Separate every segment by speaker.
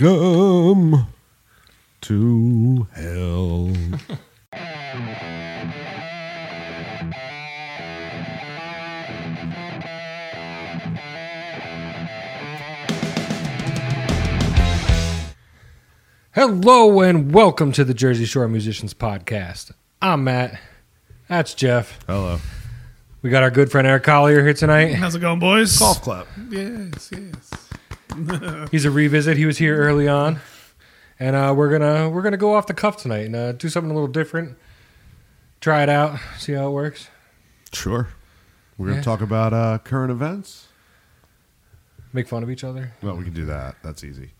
Speaker 1: Welcome to hell.
Speaker 2: Hello and welcome to the Jersey Shore Musicians Podcast. I'm Matt. That's Jeff.
Speaker 1: Hello.
Speaker 2: We got our good friend Eric Collier here tonight.
Speaker 3: How's it going, boys?
Speaker 1: Golf clap.
Speaker 3: Yes, yes.
Speaker 2: He's a revisit. He was here early on, and uh, we're gonna we're gonna go off the cuff tonight and uh, do something a little different. Try it out, see how it works.
Speaker 1: Sure. We're
Speaker 2: Yeah.
Speaker 1: going to talk about uh, current events.
Speaker 2: Make fun of each other.
Speaker 1: Well, we can do that. That's easy.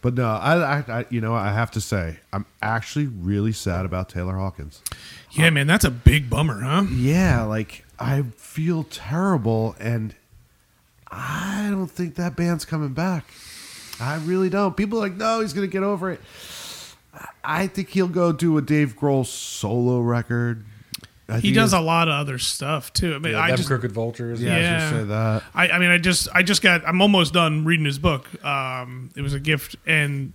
Speaker 1: But no, I, I, I, you know, I have to say, I'm actually really sad about Taylor Hawkins.
Speaker 3: Yeah, man, that's a big bummer, huh?
Speaker 1: Yeah, like I feel terrible, and I don't think that band's coming back. I really don't. People are like, no, he's gonna get over it. I- I think he'll go do a Dave Grohl solo record. I
Speaker 3: He
Speaker 1: think
Speaker 3: does a
Speaker 1: it's-
Speaker 3: lot of other stuff too. I mean,
Speaker 2: Yeah,
Speaker 3: I
Speaker 2: them
Speaker 3: just,
Speaker 2: crooked vultures.
Speaker 1: Yeah, I
Speaker 3: yeah.
Speaker 1: should say that.
Speaker 3: I, I mean, I just, I just got. I'm almost done reading his book. Um, it was a gift, and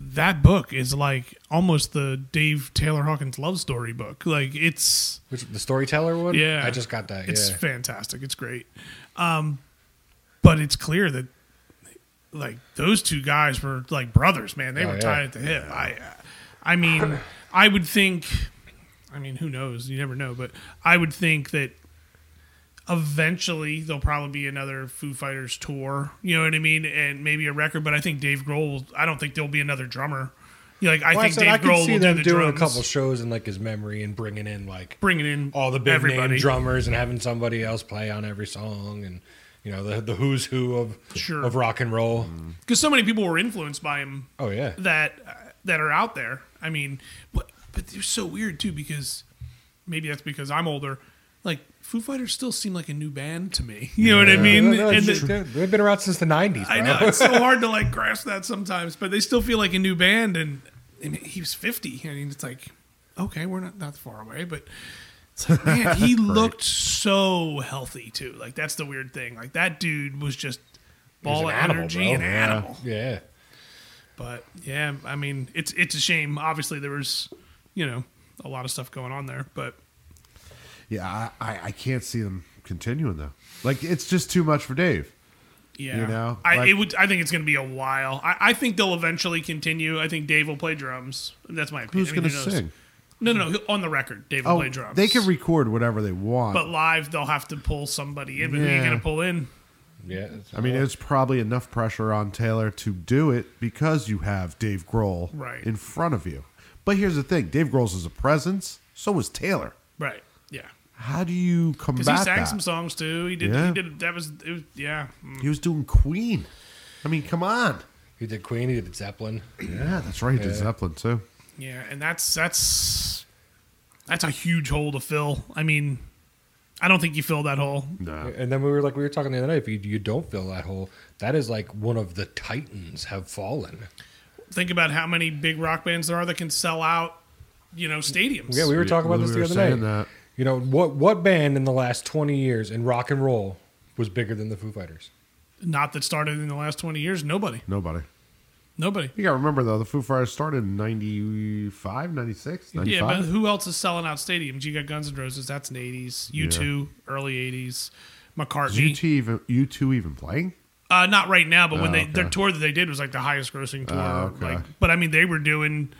Speaker 3: that book is like almost the Dave Taylor Hawkins love story book. Like it's,
Speaker 2: Which the storyteller would.
Speaker 3: yeah,
Speaker 2: I just got that.
Speaker 3: It's
Speaker 2: yeah.
Speaker 3: fantastic. It's great. Um, but it's clear that like those two guys were like brothers, man. They
Speaker 2: Oh,
Speaker 3: were
Speaker 2: yeah.
Speaker 3: tied at the hip. I, I mean, I would think. I mean, who knows? You never know. But I would think that eventually there'll probably be another Foo Fighters tour. You know what I mean? And maybe a record. But I think Dave Grohl. Will, I don't think there'll be another drummer. You know, Like I
Speaker 2: Well, I,
Speaker 3: think
Speaker 2: said,
Speaker 3: Dave
Speaker 2: I could
Speaker 3: Grohl
Speaker 2: see
Speaker 3: will do
Speaker 2: them
Speaker 3: the
Speaker 2: doing
Speaker 3: drums.
Speaker 2: a couple shows in like his memory and bringing in like
Speaker 3: bringing in
Speaker 2: all the big name
Speaker 3: everybody.
Speaker 2: drummers and having somebody else play on every song and you know the the who's who of
Speaker 3: Sure.
Speaker 2: of rock and roll.
Speaker 3: because so many people were influenced by him
Speaker 2: Oh yeah.
Speaker 3: that uh, that are out there. I mean, but but they're so weird too because maybe that's because I'm older. Like Foo Fighters still seem like a new band to me. You know what I mean?
Speaker 2: No, no,
Speaker 3: and
Speaker 2: it's
Speaker 3: the-
Speaker 2: just- they're- they've been around since the '90s.
Speaker 3: I
Speaker 2: bro.
Speaker 3: know it's so hard to like grasp that sometimes, but they still feel like a new band. And, and he was 50. I mean, it's like okay, we're not that far away, but. it's like, Man, he looked so healthy too. Like that's the weird thing. Like that dude was just
Speaker 2: He's
Speaker 3: ball
Speaker 2: an
Speaker 3: of
Speaker 2: animal,
Speaker 3: energy
Speaker 2: bro.
Speaker 3: and
Speaker 2: Yeah.
Speaker 3: animal.
Speaker 2: Yeah.
Speaker 3: But yeah, I mean, it's it's a shame. Obviously, there was, you know, a lot of stuff going on there. But
Speaker 1: Yeah, I, I, I can't see them continuing though. Like it's just too much for Dave.
Speaker 3: yeah,
Speaker 1: You know,
Speaker 3: I
Speaker 1: like-
Speaker 3: it would. I think it's going to be a while. I, I think they'll eventually continue. I think Dave will play drums. That's my opinion.
Speaker 1: Who's
Speaker 3: I mean,
Speaker 1: gonna
Speaker 3: who knows?
Speaker 1: sing?
Speaker 3: No, no, no. On the record, Dave will
Speaker 1: Oh,
Speaker 3: play drums.
Speaker 1: they can record whatever they want.
Speaker 3: but live, they'll have to pull somebody in. But who are you
Speaker 1: Yeah.
Speaker 3: going to pull in?
Speaker 2: Yeah.
Speaker 1: I mean, it's probably enough pressure on Taylor to do it because you have Dave Grohl
Speaker 3: Right.
Speaker 1: in front of you. But here's the thing: Dave Grohl's is a presence. So is Taylor.
Speaker 3: Right. Yeah.
Speaker 1: How do you combat
Speaker 3: Because he sang
Speaker 1: that?
Speaker 3: some songs too. He did.
Speaker 1: Yeah.
Speaker 3: He did. That was. It was yeah. Mm.
Speaker 1: He was doing Queen. I mean, come on.
Speaker 2: he did Queen. He did Zeppelin.
Speaker 1: Yeah, that's right. He did Zeppelin too.
Speaker 3: Yeah, and that's that's that's a huge hole to fill. I mean, I don't think you fill that hole.
Speaker 1: No,
Speaker 2: And then we were like, we were talking the other night. If you, you don't fill that hole, that is like one of the titans have fallen.
Speaker 3: Think about how many big rock bands there are that can sell out, you know, stadiums.
Speaker 2: Yeah, we were talking about
Speaker 1: we
Speaker 2: this the
Speaker 1: were
Speaker 2: other night.
Speaker 1: saying that.
Speaker 2: You know what? What band in the last twenty years in rock and roll was bigger than the Foo Fighters?
Speaker 3: Not that started in the last twenty years. Nobody,
Speaker 1: nobody.
Speaker 3: nobody.
Speaker 1: You got to remember though, the Foo Fighters started in 95, 96, 95.
Speaker 3: Yeah, but who else is selling out stadiums? You got Guns N' Roses. That's in the eighties. U two, early
Speaker 1: Is
Speaker 3: eighties. McCartney.
Speaker 1: U2 even U two even playing?
Speaker 3: Uh, not right now, but when they
Speaker 1: okay.
Speaker 3: their tour that they did was like the highest grossing tour.
Speaker 1: Oh, okay.
Speaker 3: Like, but I mean, they were doing,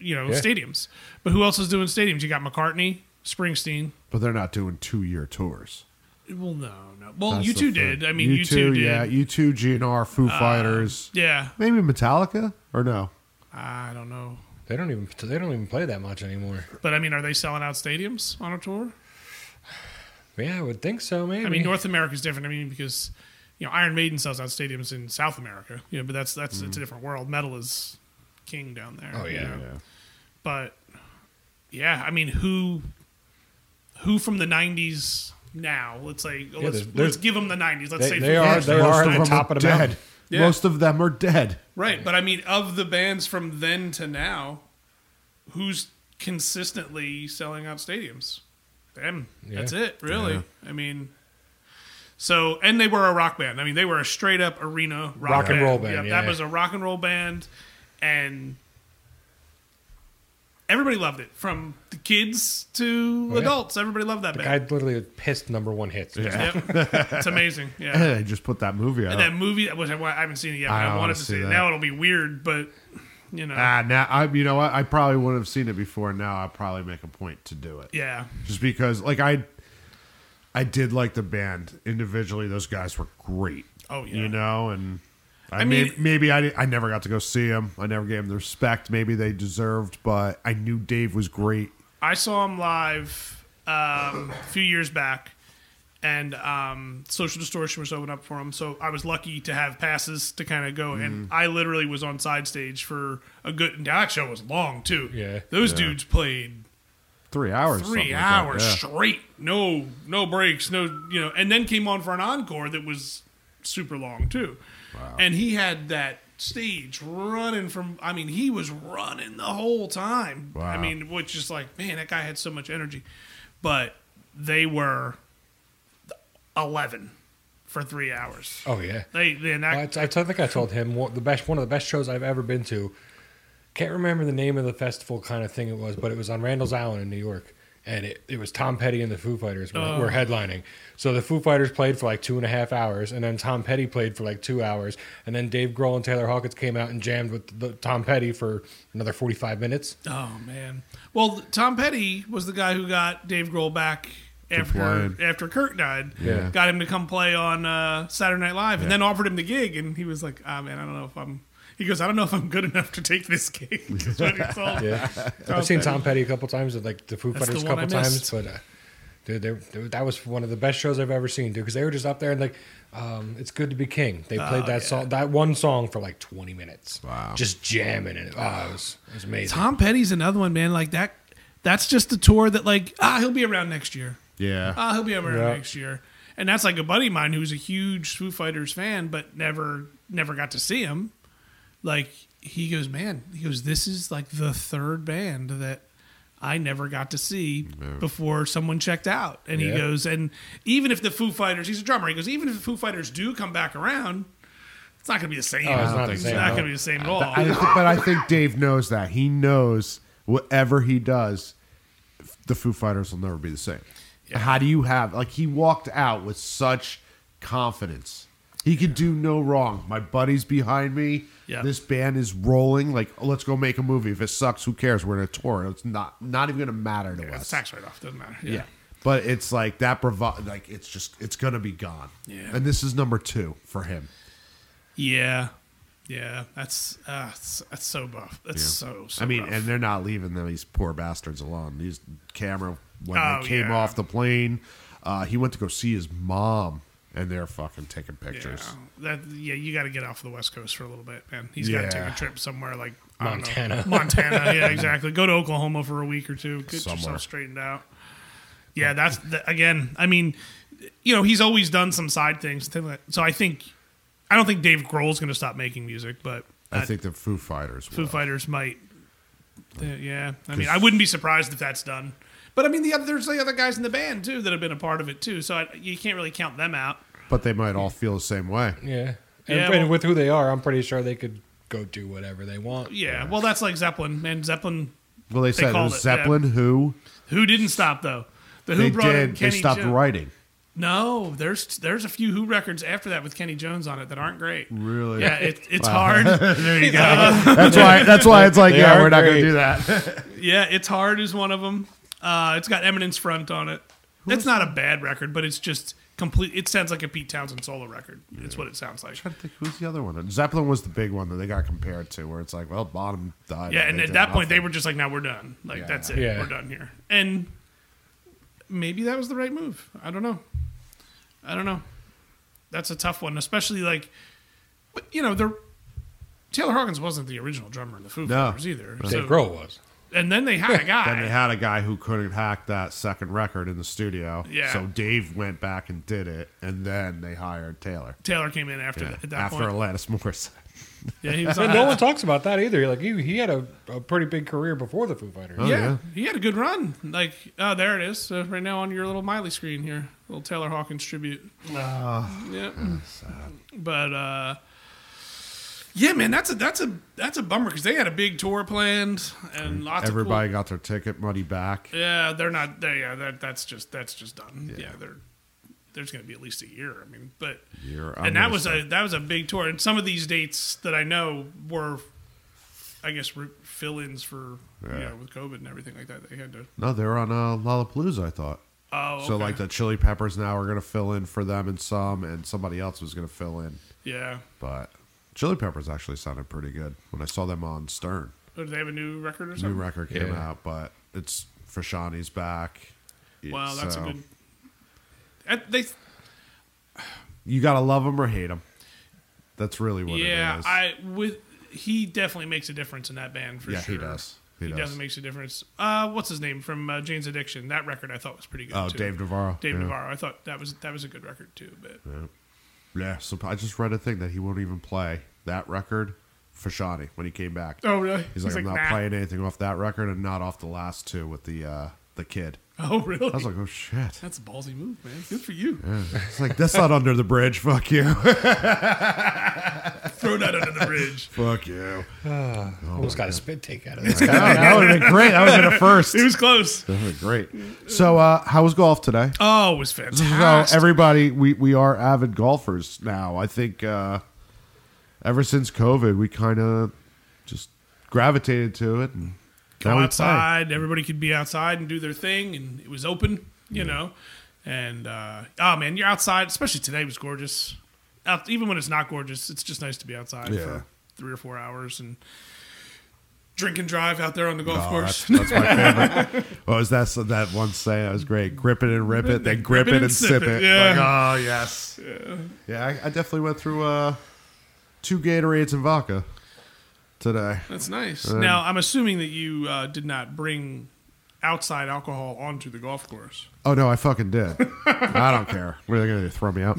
Speaker 3: you know,
Speaker 2: Yeah.
Speaker 3: stadiums. But who else is doing stadiums? You got McCartney, Springsteen.
Speaker 1: But they're not doing two year tours.
Speaker 3: Well, no, no. Well,
Speaker 1: That's
Speaker 3: Oh, you
Speaker 1: the
Speaker 3: two
Speaker 1: thing.
Speaker 3: did. I mean, you two did. Uh,
Speaker 1: Yeah,
Speaker 3: Yeah,
Speaker 1: you two GNR, Foo Fighters, maybe Metallica or no?
Speaker 3: I don't know.
Speaker 2: They don't even they don't even play that much anymore.
Speaker 3: But I mean, are they selling out stadiums on a tour?
Speaker 2: Yeah, I would think so. Maybe.
Speaker 3: I mean, North America's different. I mean, because you know, Iron Maiden sells out stadiums in South America. You know, but that's that's it's a different world. Metal is king down there.
Speaker 2: Oh,
Speaker 3: you
Speaker 2: yeah.
Speaker 3: know? but yeah, I mean, who who from the '90s now? Let's say let's,
Speaker 2: there's- there's-
Speaker 3: let's give them the '90s. Let's
Speaker 2: They-
Speaker 3: say
Speaker 2: they
Speaker 3: 50.
Speaker 2: are-
Speaker 1: Yes,
Speaker 2: they
Speaker 1: most
Speaker 2: are
Speaker 1: of
Speaker 2: at the
Speaker 1: them
Speaker 2: top of the
Speaker 1: dead.
Speaker 2: mountain.
Speaker 3: Yeah.
Speaker 1: Most of them are dead.
Speaker 3: right, but I mean, of the bands from then to now, who's consistently selling out stadiums? Them. That's it, really. I mean, So, and they were a rock band. I mean, they were a straight up arena rock,
Speaker 2: Rock and
Speaker 3: band.
Speaker 2: roll band, yeah.
Speaker 3: That was a rock and roll band, and everybody loved it from the kids to
Speaker 2: Oh, yeah.
Speaker 3: adults. Everybody loved that
Speaker 2: I
Speaker 3: band.
Speaker 2: literally pissed number one hits. Yeah.
Speaker 3: Yep. it's amazing. Yeah.
Speaker 1: I just put that movie out.
Speaker 3: And that movie, which I, I haven't seen it yet.
Speaker 1: I
Speaker 3: I,
Speaker 1: don't wanna
Speaker 3: wanted to
Speaker 1: see
Speaker 3: see it.
Speaker 1: that.
Speaker 3: Now it'll be weird, but you know,
Speaker 1: Ah, now I, you know what? I probably wouldn't have seen it before. Now I probably make a point to do it,
Speaker 3: yeah,
Speaker 1: just because, like I, I did like the band individually. Those guys were great.
Speaker 3: Oh, yeah.
Speaker 1: you know, and I,
Speaker 3: I
Speaker 1: mean,
Speaker 3: mean-
Speaker 1: maybe I, di- I never got to go see them. I never gave them the respect maybe they deserved, but I knew Dave was great.
Speaker 3: I saw him live um, a few years back, and um, Social Distortion was open up for him. So I was lucky to have passes to kind of go,
Speaker 2: Mm-hmm.
Speaker 3: and I literally was on side stage for a good. And that show was long too.
Speaker 2: Yeah.
Speaker 3: those dudes played
Speaker 1: Three hours,
Speaker 3: three
Speaker 1: something like that,
Speaker 3: hours
Speaker 1: yeah.
Speaker 3: straight, no no breaks, no you know, and then came on for an encore that was super long too. And he had that stage running from I mean, he was running the whole time. I
Speaker 1: Wow.
Speaker 3: mean, which is like, man, that guy had so much energy. But they were 11 for 3 hours.
Speaker 2: Oh yeah.
Speaker 3: They then that
Speaker 2: I, I think I told him what the best one of the best shows I've ever been to. Can't remember the name of the festival kind of thing it was, but it was on Randall's Island in New York, and it, it was Tom Petty and the Foo Fighters were,
Speaker 3: Oh.
Speaker 2: were headlining. So the Foo Fighters played for like two and a half hours, and then Tom Petty played for like two hours, and then Dave Grohl and Taylor Hawkins came out and jammed with the, Tom Petty for another forty five minutes.
Speaker 3: Oh man. Well, Tom Petty was the guy who got Dave Grohl back after
Speaker 1: play.
Speaker 3: after Kirk died.
Speaker 1: Yeah.
Speaker 3: Got him to come play on uh, Saturday Night Live, and then offered him the gig, and he was like, "Ah man, I don't know if I'm." He goes, "I don't know if I'm good enough to take this gig." That's what he told-
Speaker 2: Yeah, I've seen Tom Petty a couple times, and like the Foo
Speaker 3: That's
Speaker 2: Fighters a
Speaker 3: the one
Speaker 2: couple
Speaker 3: I
Speaker 2: times,
Speaker 3: missed.
Speaker 2: but uh, dude, they, they- that was one of the best shows I've ever seen, dude. Because they were just up there and like, um, it's good to be king.
Speaker 3: Oh,
Speaker 2: They played that song, that one song for like twenty minutes.
Speaker 1: Wow.
Speaker 2: just jamming in it. Oh, it was, it was amazing.
Speaker 3: Tom Petty's another one, man. Like that. That's just a tour that, like, ah, he'll be around next year.
Speaker 1: Yeah,
Speaker 3: Ah, he'll be around
Speaker 2: Yeah.
Speaker 3: next year. And that's like a buddy of mine who's a huge Foo Fighters fan, but never never got to see him. Like he goes, man, he goes, this is like the third band that I never got to see before someone checked out. And he
Speaker 2: Yeah.
Speaker 3: goes, and even if the Foo Fighters, he's a drummer, he goes, even if the Foo Fighters do come back around, it's not going to be the same.
Speaker 2: Oh, it's
Speaker 3: it's
Speaker 2: not the same.
Speaker 3: not
Speaker 2: no.
Speaker 3: going to be the same at all.
Speaker 1: I th- but I think Dave knows that. He knows whatever he does, the Foo Fighters will never be the same. How do you have like he walked out with such confidence? He could do no wrong. My buddy's behind me.
Speaker 3: Yeah.
Speaker 1: This band is rolling. Like, oh, let's go make a movie. If it sucks, who cares? We're in a tour. It's not not even gonna matter to
Speaker 3: It's
Speaker 1: us.
Speaker 3: tax write off doesn't matter.
Speaker 1: yeah. But it's like that bravado. Like it's just it's gonna be gone.
Speaker 3: Yeah.
Speaker 1: And this is number two for him.
Speaker 3: yeah, yeah. That's uh, that's, that's so buff. That's so. so
Speaker 1: I mean,
Speaker 3: rough.
Speaker 1: and they're not leaving them, these poor bastards alone. These camera when
Speaker 3: Oh,
Speaker 1: they came
Speaker 3: yeah.
Speaker 1: off the plane, uh, he went to go see his mom, and they're fucking taking pictures.
Speaker 3: Yeah, that yeah, you got to get off the West Coast for a little bit, man. He's got to
Speaker 1: Yeah.
Speaker 3: take a trip somewhere like I don't know,
Speaker 2: Montana.
Speaker 3: Montana, yeah, exactly. Go to Oklahoma for a week or two, get
Speaker 1: Somewhere.
Speaker 3: yourself straightened out. Yeah, that's the, again. I mean, you know, he's always done some side things, things like that. so I think I don't think Dave Grohl's going to stop making music, but
Speaker 1: I think the Foo Fighters.
Speaker 3: Foo
Speaker 1: will.
Speaker 3: Fighters might. Uh, yeah, I mean, I wouldn't be surprised if that's done. But I mean, the other, there's the other guys in the band too that have been a part of it too, so I, you can't really count them out.
Speaker 1: but they might all feel the same way.
Speaker 2: yeah, and,
Speaker 3: Yeah,
Speaker 2: and
Speaker 3: well-
Speaker 2: with who they are, I'm pretty sure they could go do whatever they want.
Speaker 3: Yeah, well, that's like Zeppelin, man. Zeppelin,
Speaker 1: Well, they, said it
Speaker 3: called
Speaker 1: was
Speaker 3: it, yeah.
Speaker 1: Zeppelin who
Speaker 3: who didn't stop though. The Who
Speaker 1: they
Speaker 3: brought in
Speaker 1: did. They
Speaker 3: Kenny
Speaker 1: stopped
Speaker 3: Jo-
Speaker 1: writing.
Speaker 3: No, there's there's a few Who records after that with Kenny Jones on it that aren't great.
Speaker 1: Really?
Speaker 3: Yeah, it, it's hard.
Speaker 1: There you go. that's why. That's why it's like,
Speaker 2: They
Speaker 1: yeah,
Speaker 2: are
Speaker 1: we're not going to
Speaker 2: great.
Speaker 1: do that.
Speaker 3: yeah, it's hard is one of them. Uh, it's got Eminence Front on it. it's not a bad record, but it's just complete. It sounds like a Pete Townsend solo record. It's what it sounds like.
Speaker 1: I think who's the other one? Zeppelin was the big one that they got compared to, where it's like, well, Bottom died.
Speaker 3: Yeah, and
Speaker 1: they
Speaker 3: at
Speaker 1: did
Speaker 3: that point they
Speaker 1: nothing.
Speaker 3: were just like, "Now we're done. Like
Speaker 1: Yeah.
Speaker 3: that's it.
Speaker 2: Yeah.
Speaker 3: We're done here." And maybe that was the right move. I don't know. I don't know. That's a tough one, especially like, but you know, they're Taylor Hawkins wasn't the original drummer in the Foo
Speaker 1: No.
Speaker 3: Fighters either.
Speaker 2: Dave Grohl was.
Speaker 3: and then they had a guy.
Speaker 1: And they had a guy who couldn't hack that second record in the studio.
Speaker 3: Yeah.
Speaker 1: So Dave went back and did it, and then they hired Taylor.
Speaker 3: Taylor came in after
Speaker 1: Yeah,
Speaker 3: that, at that
Speaker 1: After
Speaker 3: point.
Speaker 1: Alanis Morissette.
Speaker 3: yeah, he was on
Speaker 2: And no one talks about that either. Like he, he had a, a pretty big career before the Foo Fighters.
Speaker 1: Oh,
Speaker 3: yeah,
Speaker 1: yeah.
Speaker 3: he had a good run. Like, oh, there it is. Uh, right now on your little Miley screen here, little Taylor Hawkins tribute.
Speaker 1: Ah.
Speaker 3: yeah. But uh, yeah, man, that's a that's a that's a bummer because they had a big tour planned and lots
Speaker 1: Everybody
Speaker 3: of
Speaker 1: got their ticket money back.
Speaker 3: cool, Yeah, they're not. They, yeah, that that's just that's just done. Yeah, they're there's going to be at least a year. I mean, but
Speaker 1: Year, I'm
Speaker 3: and that
Speaker 1: gonna
Speaker 3: was
Speaker 1: say.
Speaker 3: a that was a big tour. And some of these dates that I know were, I guess, re- fill-ins for
Speaker 1: Yeah.
Speaker 3: you know with COVID and everything like that. They had to.
Speaker 1: No, they were on uh, Lollapalooza, I thought.
Speaker 3: Oh, okay.
Speaker 1: So, like, the Chili Peppers now are going to fill in for them and some, and somebody else was going to fill in.
Speaker 3: yeah.
Speaker 1: But Chili Peppers actually sounded pretty good when I saw them on Stern.
Speaker 3: Oh, do they have a new record or
Speaker 1: New
Speaker 3: something?
Speaker 1: record came
Speaker 2: Yeah.
Speaker 1: out, but it's Frashani's back.
Speaker 3: Wow, that's
Speaker 1: So,
Speaker 3: a good. At- They,
Speaker 1: You gotta love them or hate them. That's really what it
Speaker 3: yeah,
Speaker 1: is.
Speaker 3: I with he definitely makes a difference in that band for
Speaker 1: Yeah,
Speaker 3: sure.
Speaker 1: he does. He
Speaker 3: He,
Speaker 1: does.
Speaker 3: definitely makes a difference. Uh, what's his name from uh, Jane's Addiction? That record I thought was pretty good.
Speaker 1: oh,
Speaker 3: too.
Speaker 1: Dave Navarro.
Speaker 3: Dave
Speaker 1: yeah.
Speaker 3: Navarro. I thought that was that was a good record too. But
Speaker 1: Yeah, so I just read a thing that he won't even play that record Frashani when he came back.
Speaker 3: oh really?
Speaker 1: He's like, I'm not
Speaker 3: "Nah."
Speaker 1: playing anything off that record and not off the last two with the uh, the kid.
Speaker 3: Oh really?
Speaker 1: I was like, oh shit.
Speaker 3: That's a ballsy move, man. Good for you.
Speaker 1: It's like that's not under the bridge. Fuck you.
Speaker 3: Throw that under the bridge.
Speaker 1: Fuck you.
Speaker 2: Almost got a spit take out of this.
Speaker 1: No, that would have been great. That would have been a first.
Speaker 3: It was close.
Speaker 1: That would great. So, uh, how was golf today?
Speaker 3: Oh, it was
Speaker 1: So
Speaker 3: fantastic.
Speaker 1: everybody, we, we are avid golfers now. I think uh, ever since COVID, we kind of just gravitated to it, and now
Speaker 3: go
Speaker 1: we play.
Speaker 3: outside. Everybody could be outside and do their thing, and it was open, you know. And uh, oh man, you're outside, especially today was gorgeous. Out, even when it's not gorgeous, it's just nice to be outside
Speaker 1: Yeah.
Speaker 3: for three or four hours and drink and drive out there on the golf
Speaker 1: Oh,
Speaker 3: course.
Speaker 1: that's, that's my favorite. oh, is that so that one saying? That was great. Grip it and rip it, then grip it and, sip it.
Speaker 3: yeah.
Speaker 1: Like, oh yes. Yeah, I, I definitely went through uh, two Gatorades and vodka today.
Speaker 3: That's nice.
Speaker 1: uh,
Speaker 3: now I'm assuming that you uh, did not bring outside alcohol onto the golf course.
Speaker 1: Oh no, I fucking did. I don't care. What are they gonna do? Throw me out?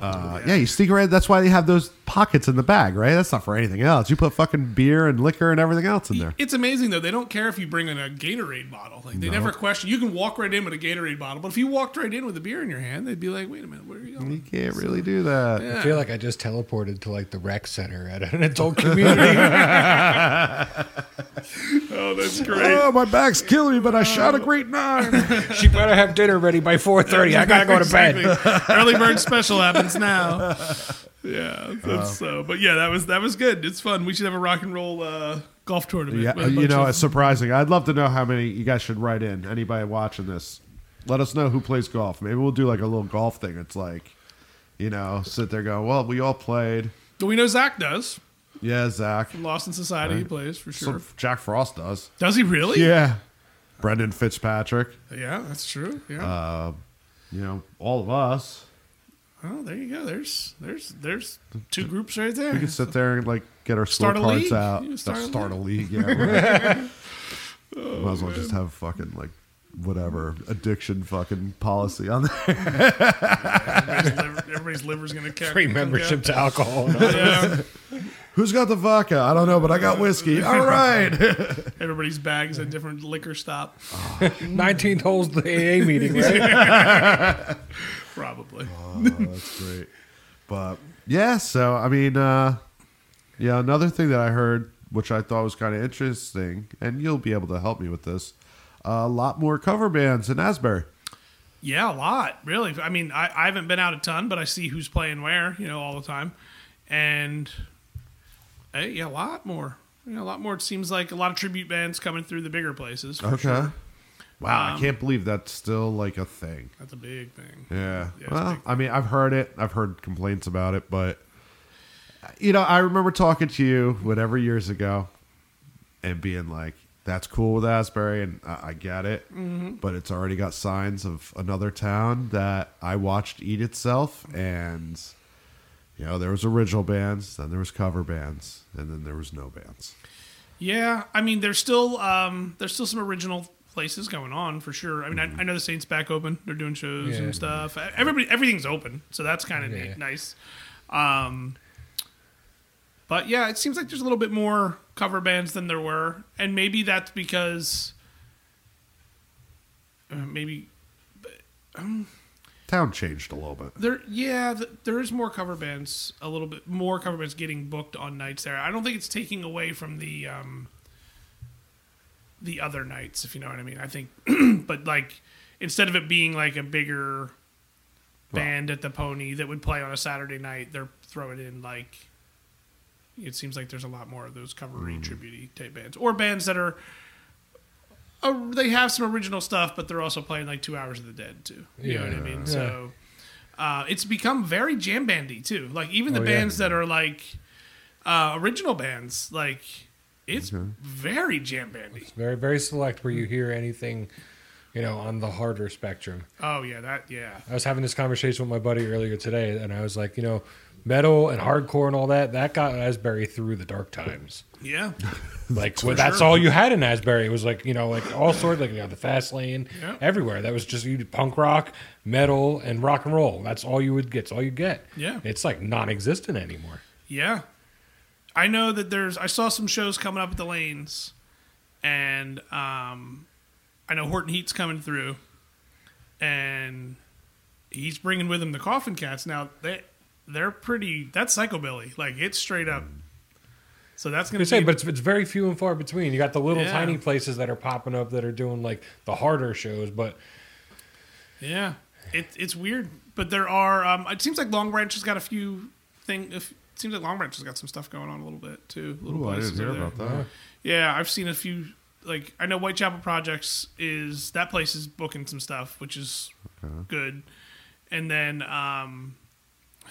Speaker 1: Uh, yeah. you sneak around. That's why they have those pockets in the bag, right? That's not for anything else. You put fucking beer and liquor and everything else in there.
Speaker 3: It's amazing though; they don't care if you bring in a Gatorade bottle. Like they never question. You can walk right in with a Gatorade bottle, but if you walked right in with a beer in your hand, they'd be like, "Wait a minute, where are you
Speaker 1: You
Speaker 3: going?"
Speaker 1: can't really do that.
Speaker 2: I feel like I just teleported to like the rec center at an adult community.
Speaker 3: Oh, that's great.
Speaker 1: Oh, my back's killing me, but I shot a great nine.
Speaker 2: she better have dinner ready by 4:30. I gotta go to bed.
Speaker 3: Early bird special happens now. Yeah, that's so. But yeah, that was that was good. It's fun. We should have a rock and roll uh, golf tournament.
Speaker 1: yeah, uh,
Speaker 3: with a
Speaker 1: you
Speaker 3: bunch
Speaker 1: know,
Speaker 3: of-
Speaker 1: it's surprising. I'd love to know how many you guys should write in. Anybody watching this, let us know who plays golf. Maybe we'll do like a little golf thing. It's like, you know, sit there going, well, we all played.
Speaker 3: But we know Zach does.
Speaker 1: Yeah, Zach.
Speaker 3: Lost in Society, he plays for sure.
Speaker 1: Some- Jack Frost does.
Speaker 3: does he really?
Speaker 1: Yeah. Brendan Fitzpatrick,
Speaker 3: Yeah, that's true. Yeah.
Speaker 1: Uh, you know, all of us.
Speaker 3: oh, there you go. There's there's there's two groups right there.
Speaker 1: We could sit there and like get our
Speaker 3: Start a
Speaker 1: scorecards
Speaker 3: league?
Speaker 1: out.
Speaker 3: You
Speaker 1: Uh,
Speaker 3: start
Speaker 1: Start,
Speaker 3: a
Speaker 1: a league, yeah. right. Might as well just have fucking like whatever addiction fucking policy on there.
Speaker 3: Everybody's, liver, everybody's liver's gonna catch.
Speaker 2: Free membership to alcohol.
Speaker 3: Yeah.
Speaker 1: Who's got the vodka? I don't know, but I got whiskey. All right.
Speaker 3: Everybody's bags at different liquor stop,
Speaker 2: 19th holes the AA meeting. Right?
Speaker 3: probably.
Speaker 1: That's great. But yeah, so I mean, uh, yeah, another thing that I heard, which I thought was kind of interesting, and you'll be able to help me with this, a lot more cover bands in Asbury.
Speaker 3: Yeah, a lot, really. I mean, I, I haven't been out a ton, but I see who's playing where, you know, all the time, and eh, yeah, a lot more. You know, a lot more. It seems like a lot of tribute bands coming through the bigger places. for
Speaker 1: Okay.
Speaker 3: sure.
Speaker 1: Wow, I can't believe that's still like a thing.
Speaker 3: that's a big thing.
Speaker 1: Yeah.
Speaker 3: Yeah, it's
Speaker 1: well,
Speaker 3: big.
Speaker 1: I mean, I've heard it. I've heard complaints about it, but you know, I remember talking to you whatever years ago, and being like, "That's cool with Asbury, and I, I get it, but it's already got signs of another town that I watched eat itself, and you know, there was original bands, then there was cover bands, and then there was no bands.
Speaker 3: Yeah, I mean, there's still um, there's still some original places going on for sure. I mean, I, I know the Saints back open; they're doing shows
Speaker 2: Mm-hmm. Yeah.
Speaker 3: and stuff. E, Everybody, everything's open, so that's kind of
Speaker 2: Yeah.
Speaker 3: neat, nice. Um, but yeah, it seems like there's a little bit more cover bands than there were, and maybe that's because uh, maybe
Speaker 1: Town changed a little bit.
Speaker 3: there, yeah, th- there is more cover bands, a little bit more cover bands getting booked on nights there. I don't think it's taking away from the um, the other nights, if you know what I mean. I think, but like instead of it being like a bigger band at the Pony that would play on a Saturday night, they're throwing in like it seems like there's a lot more of those cover tribute tributey type bands or bands that are. Uh, they have some original stuff, but they're also playing like two hours of the dead too. You know what I
Speaker 2: Yeah.
Speaker 3: mean?
Speaker 2: Yeah.
Speaker 3: So uh, it's become very jam bandy too. Like even the
Speaker 2: Oh, yeah.
Speaker 3: bands that are like uh, original bands, like it's
Speaker 2: Mm-hmm.
Speaker 3: very jam bandy.
Speaker 2: Very, very select where you hear anything, you know, on the harder spectrum.
Speaker 3: Oh yeah, that yeah.
Speaker 2: I was having this conversation with my buddy earlier today, and I was like, you know, metal and hardcore and all that, that got Asbury through the dark times.
Speaker 3: Yeah.
Speaker 2: Like well, that's
Speaker 3: sure.
Speaker 2: all you had in Asbury. It was like you know, like all sorts, like you know, the fast lane,
Speaker 3: Yeah.
Speaker 2: everywhere. That was just you did punk rock, metal, and rock and roll. That's all you would get. It's all you get.
Speaker 3: Yeah.
Speaker 2: it's like non-existent anymore.
Speaker 3: Yeah. I know that there's I saw some shows coming up at the lanes and um I know Horton Heat's coming through and he's bringing with him the Coffin Cats. Now they they're pretty that's psychobilly. Like it's straight up. So that's
Speaker 2: I
Speaker 3: going
Speaker 2: was
Speaker 3: to
Speaker 2: gonna say,
Speaker 3: be
Speaker 2: but it's, it's very few and far between. You got the little
Speaker 3: Yeah.
Speaker 2: tiny places that are popping up that are doing like the harder shows, but
Speaker 3: Yeah, it, it's weird, but there are. Um, it seems like Long Branch has got a few thing. If, it seems like Long Branch has got some stuff going on a little bit too. Little
Speaker 1: Ooh, I
Speaker 3: places
Speaker 1: didn't hear
Speaker 3: over there.
Speaker 1: about that.
Speaker 3: Yeah, I've seen a few. Like I know Whitechapel Projects is that place is booking some stuff, which is good. And then um,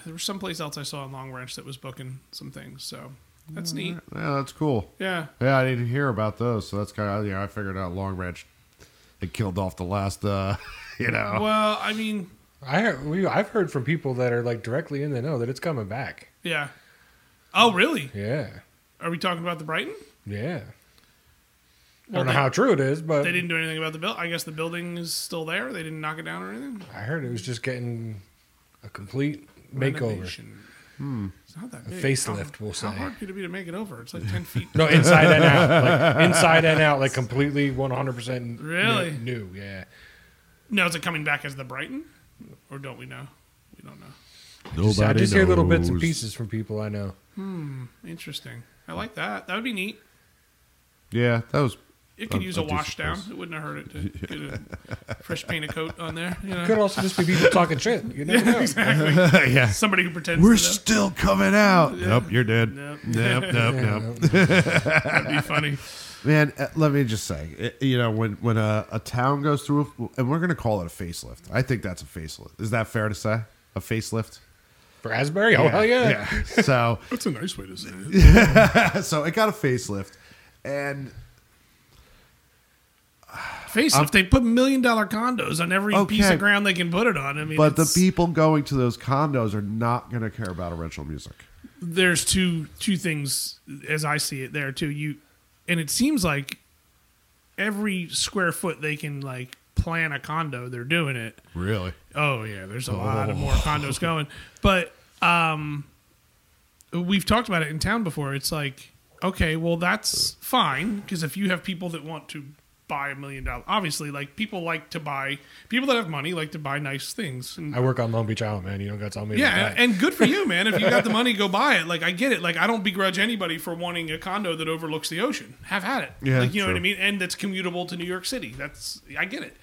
Speaker 3: there was someplace else I saw in Long Branch that was booking some things. So that's neat.
Speaker 1: Yeah, that's cool.
Speaker 3: Yeah.
Speaker 1: Yeah, I didn't hear about those, so that's kind of yeah. I figured out Long Ranch, it killed off the last, uh, you know.
Speaker 3: Well, I mean,
Speaker 2: I heard, we, I've heard from people that are like directly in the know that it's coming back.
Speaker 3: yeah. Oh, really?
Speaker 2: Yeah,
Speaker 3: Are we talking about the Brighton?
Speaker 2: yeah. I
Speaker 3: Well,
Speaker 2: don't know
Speaker 3: they-
Speaker 2: how true it is, but
Speaker 3: They didn't do anything about the bill. I guess the building is still there. They didn't knock it down or anything.
Speaker 2: I heard it was just getting a complete makeover,
Speaker 3: Renovation. It's not that
Speaker 2: a
Speaker 3: big.
Speaker 2: facelift, we'll
Speaker 3: How,
Speaker 2: say.
Speaker 3: how hard could it be to make it over? It's like ten feet.
Speaker 2: No, inside and out, like inside and out, like completely one hundred percent
Speaker 3: Really?
Speaker 2: new. Yeah,
Speaker 3: No, is it coming back as the Brighton, or don't we know? We don't know.
Speaker 2: just, I just hear little bits and pieces from people I know.
Speaker 3: Interesting. I like that. That would be neat.
Speaker 1: Yeah, that was.
Speaker 3: It could
Speaker 1: I'd-
Speaker 3: use
Speaker 1: I'd
Speaker 3: a
Speaker 1: do
Speaker 3: wash
Speaker 1: some
Speaker 3: down.
Speaker 1: posts.
Speaker 3: It wouldn't have hurt it to get a fresh paint of coat on there. You know?
Speaker 2: Could also just be people talking shit. You never know.
Speaker 1: yeah,
Speaker 3: Somebody who pretends.
Speaker 1: we're
Speaker 3: to know.
Speaker 1: still coming out. Nope, you're dead.
Speaker 3: Nope.
Speaker 1: nope, nope. nope.
Speaker 3: That'd be funny.
Speaker 1: Man, uh, let me just say, it- you know, when when a, a town goes through, a- and we're going to call it a facelift. I think that's a facelift. Is that fair to say? A facelift?
Speaker 2: For Asbury, oh hell yeah.
Speaker 1: so,
Speaker 3: That's a nice way to say it.
Speaker 1: so it got a facelift, and
Speaker 3: Facelift. They put million dollar condos on every piece
Speaker 1: Okay.
Speaker 3: of ground they can put it on. I mean,
Speaker 1: but the
Speaker 3: it's-
Speaker 1: people going to those condos are not going to care about original music.
Speaker 3: there's two two things as I see it there too. You and it seems like every square foot they can like plan a condo, they're doing it.
Speaker 1: Really?
Speaker 3: Oh yeah, there's a lot of more condos going. But um we've talked about it in town before. It's like, okay, well that's fine because if you have people that want to buy a million dollar obviously like people like to buy people that have money like to buy nice things and
Speaker 2: I work on Long Beach Island, man. You don't got to tell me.
Speaker 3: yeah,
Speaker 2: about that.
Speaker 3: and good for you, man. If you got the money, go buy it. Like I get it. Like I don't begrudge anybody for wanting a condo that overlooks the ocean. Have had it.
Speaker 1: Yeah,
Speaker 3: like you know
Speaker 1: true.
Speaker 3: what I mean. And that's commutable to New York City. That's I get it.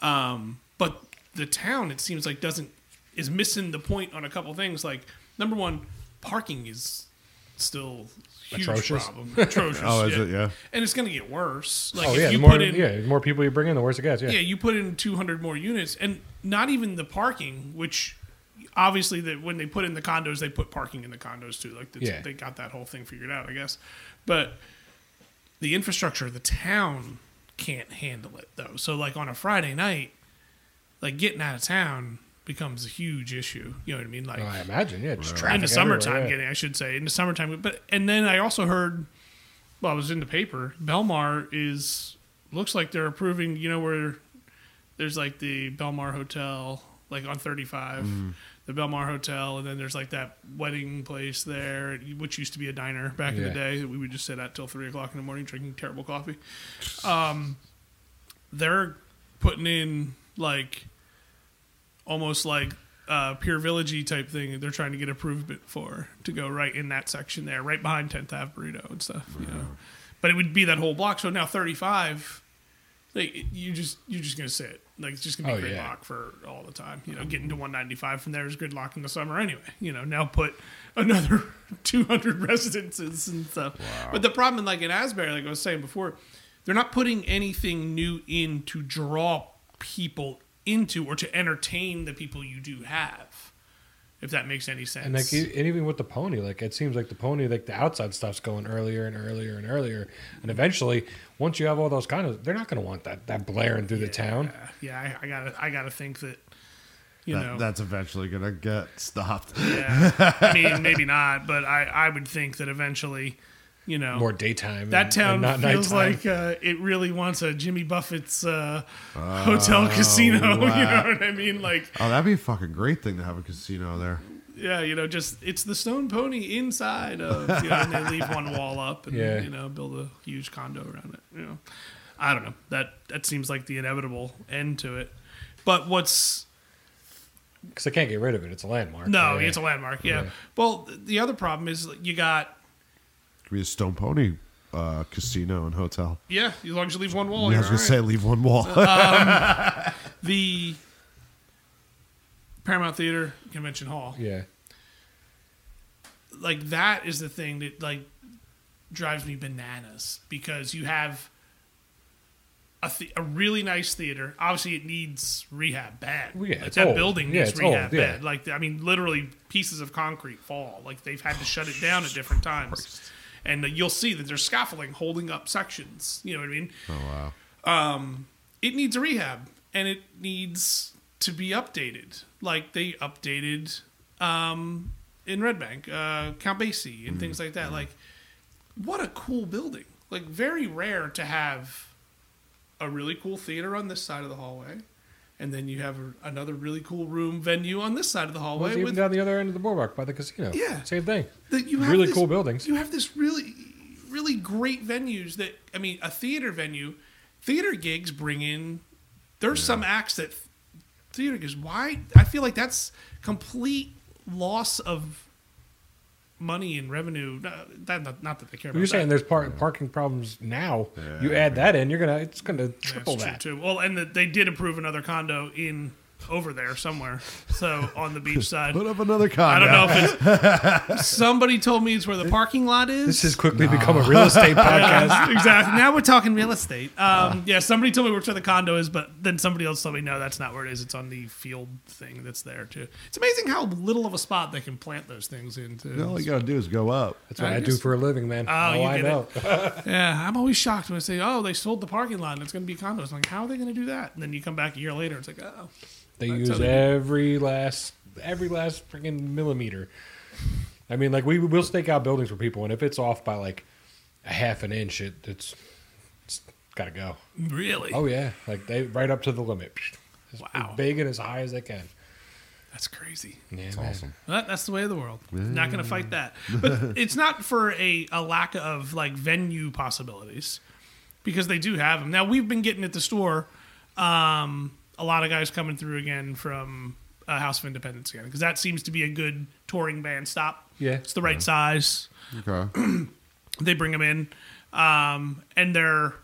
Speaker 3: Um, but the town, it seems like, doesn't is missing the point on a couple things. Like number one, parking is still a huge
Speaker 2: Atrocious.
Speaker 3: problem. Atrocious.
Speaker 1: Oh, is it? Yeah.
Speaker 3: And it's going to get worse. Like
Speaker 2: oh
Speaker 3: if
Speaker 2: yeah, the
Speaker 3: you
Speaker 2: more
Speaker 3: put in
Speaker 2: yeah, the more people you bring in, the worse it gets. Yeah,
Speaker 3: yeah, you put in 200 more units, and not even the parking, which obviously that when they put in the condos, they put parking in the condos too. Like that's
Speaker 2: Yeah.
Speaker 3: they got that whole thing figured out, I guess. But the infrastructure, of the town can't handle it though. So like on a Friday night, like getting out of town becomes a huge issue. You know what I mean? Like
Speaker 2: Oh, I imagine. Yeah, just
Speaker 3: in
Speaker 2: traffic
Speaker 3: the
Speaker 2: everywhere,
Speaker 3: summertime
Speaker 2: yeah.
Speaker 3: getting i should say in the summertime but and then i also heard well, it was in the paper. Belmar is looks like they're approving. You know where there's like the Belmar Hotel, like on 35, the Belmar Hotel, and then there's like that wedding place there, which used to be a diner back in the
Speaker 2: Yeah.
Speaker 3: day. that We would just sit at till three o'clock in the morning drinking terrible coffee. Um, they're putting in like almost like uh, Pier Villagey type thing. They're trying to get approved for to go right in that section there, right behind 10th Ave Burrito and stuff. You know, but it would be that whole block. So now 35, like you just you're just gonna sit. Like it's just gonna be
Speaker 2: Oh,
Speaker 3: gridlock
Speaker 2: yeah.
Speaker 3: for all the time. You know, getting to 195 from there is gridlock in the summer anyway. You know, now put another 200 residences and stuff. But the problem, in, like in Asbury, like I was saying before, they're not putting anything new in to draw people into or to entertain the people you do have. If that makes any sense.
Speaker 2: And like, e- and even with the pony, like it seems like the pony, like the outside stuff's going earlier and earlier and earlier, and eventually, once you have all those kind of, they're not going to want that that blaring through the town.
Speaker 3: Yeah, yeah, I, I gotta, I gotta think that, you
Speaker 1: That,
Speaker 3: know,
Speaker 1: That's eventually gonna get stopped. Oh,
Speaker 3: yeah. I mean, maybe not, but I, I would think that eventually, you know,
Speaker 2: More daytime.
Speaker 3: that
Speaker 2: and-
Speaker 3: town
Speaker 2: and not
Speaker 3: feels
Speaker 2: nighttime.
Speaker 3: like uh, it really wants a Jimmy Buffett's uh, hotel casino.
Speaker 1: Oh,
Speaker 3: You
Speaker 1: wow.
Speaker 3: know what I mean? Like,
Speaker 1: Oh, that'd be a fucking great thing to have a casino there.
Speaker 3: yeah, you know, just it's the Stone Pony inside of. You know, and they leave one wall up and
Speaker 2: Yeah.
Speaker 3: you know build a huge condo around it. You know, I don't know. That that seems like the inevitable end to it. But what's
Speaker 2: because I can't get rid of it. It's a landmark.
Speaker 3: no,
Speaker 2: Yeah.
Speaker 3: it's a landmark. Yeah.
Speaker 2: Yeah.
Speaker 3: Well, th- the other problem is like, you got
Speaker 1: Could be a Stone Pony uh, casino and hotel.
Speaker 3: yeah. As long as you leave one wall,
Speaker 1: I
Speaker 3: Oh, you're
Speaker 1: was gonna
Speaker 3: all right.
Speaker 1: say leave one wall.
Speaker 3: the Paramount Theater Convention Hall.
Speaker 2: yeah.
Speaker 3: like that is the thing that like drives me bananas because you have a, th- a really nice theater. Obviously, it needs rehab bad.
Speaker 2: Well, yeah,
Speaker 3: Like,
Speaker 2: it's
Speaker 3: that
Speaker 2: old.
Speaker 3: building
Speaker 2: Yeah,
Speaker 3: needs
Speaker 2: it's old,
Speaker 3: rehab
Speaker 2: yeah.
Speaker 3: bad. Like I mean, literally pieces of concrete fall. Like they've had to shut
Speaker 2: Oh,
Speaker 3: it down at different times, and uh, you'll see that there's scaffolding holding up sections. You know what I mean? Um,
Speaker 1: oh wow.
Speaker 3: it needs a rehab and it needs to be updated like they updated um, in red bank uh, count basie and things like that like what a cool building like very rare to have a really cool theater on this side of the hallway and then you have a, another really cool room venue on this side of the
Speaker 2: Well,
Speaker 3: hallway
Speaker 2: it's even
Speaker 3: with
Speaker 2: down the other end of the boardwalk by the casino.
Speaker 3: Yeah.
Speaker 2: Same thing.
Speaker 3: that you
Speaker 2: Really
Speaker 3: this-
Speaker 2: cool buildings.
Speaker 3: You have this really, really great venues that I mean, a theater venue, theater gigs bring in. There's some acts that theater gigs. Why I feel like that's complete loss of money and revenue. No, That not, not that they care about.
Speaker 2: You're saying
Speaker 3: that.
Speaker 2: there's par- parking problems now. you add that in, you're gonna it's gonna triple
Speaker 3: That's
Speaker 2: that.
Speaker 3: true, too. Well, and that they did approve another condo in over there somewhere. So on the beach side.
Speaker 1: Put up another
Speaker 3: I
Speaker 1: condo.
Speaker 3: don't know if it's somebody told me it's where the parking lot is.
Speaker 2: This has quickly become a real estate podcast.
Speaker 3: Yeah, exactly. Now we're talking real estate. Um, yeah, somebody told me where the condo is, but then somebody else told me no, that's not where it is. It's on the field thing that's there too. It's amazing how little of a spot they can plant those things into.
Speaker 1: All you gotta do is go up.
Speaker 2: That's what
Speaker 3: I
Speaker 2: I, do
Speaker 3: just-
Speaker 2: for a living, man.
Speaker 3: Oh, you
Speaker 2: I
Speaker 3: did it.
Speaker 2: know.
Speaker 3: yeah, I'm always shocked when I say, "Oh, they sold the parking lot and it's going to be condos." I'm like, how are they going to do that? And then you come back a year later, it's like, oh,
Speaker 2: They
Speaker 3: That's how
Speaker 2: use
Speaker 3: they do.
Speaker 2: every last every last freaking millimeter. I mean, like we will stake out buildings for people, and if it's off by like a half an inch, it, it's it's gotta go.
Speaker 3: really?
Speaker 2: Oh yeah, like they right up to the limit. As,
Speaker 3: Wow.
Speaker 2: as big and as high as they can.
Speaker 3: that's crazy.
Speaker 2: Yeah,
Speaker 1: It's
Speaker 2: man.
Speaker 1: awesome.
Speaker 3: Well, that- that's the way of the world. Not going to fight that. But it's not for a, a lack of like venue possibilities because they do have them. Now we've been getting at the store um, a lot of guys coming through again from uh, House of Independence again because that seems to be a good touring band stop.
Speaker 2: Yeah.
Speaker 3: it's the right size.
Speaker 1: Okay.
Speaker 3: They bring them in, um, and they're.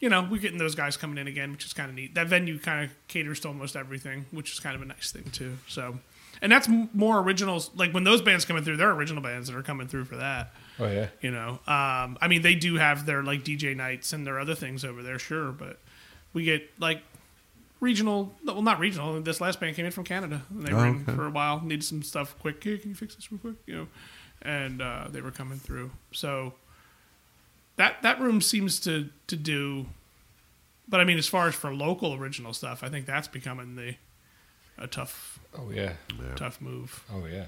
Speaker 3: You know, we're getting those guys coming in again, which is kind of neat. That venue kind of caters to almost everything, which is kind of a nice thing too. So, and that's m- more originals. Like when those bands coming through, they're original bands that are coming through for that
Speaker 2: Oh yeah.
Speaker 3: you know um, i mean they do have their like dj nights and their other things over there sure but we get like regional well not regional this last band came in from canada and they were in
Speaker 1: okay.
Speaker 3: for a while needed some stuff quick hey, can you fix this real quick you know and uh, they were coming through so that that room seems to to do but i mean as far as for local original stuff i think that's becoming the a tough
Speaker 2: Oh yeah.
Speaker 3: tough move
Speaker 2: Oh yeah.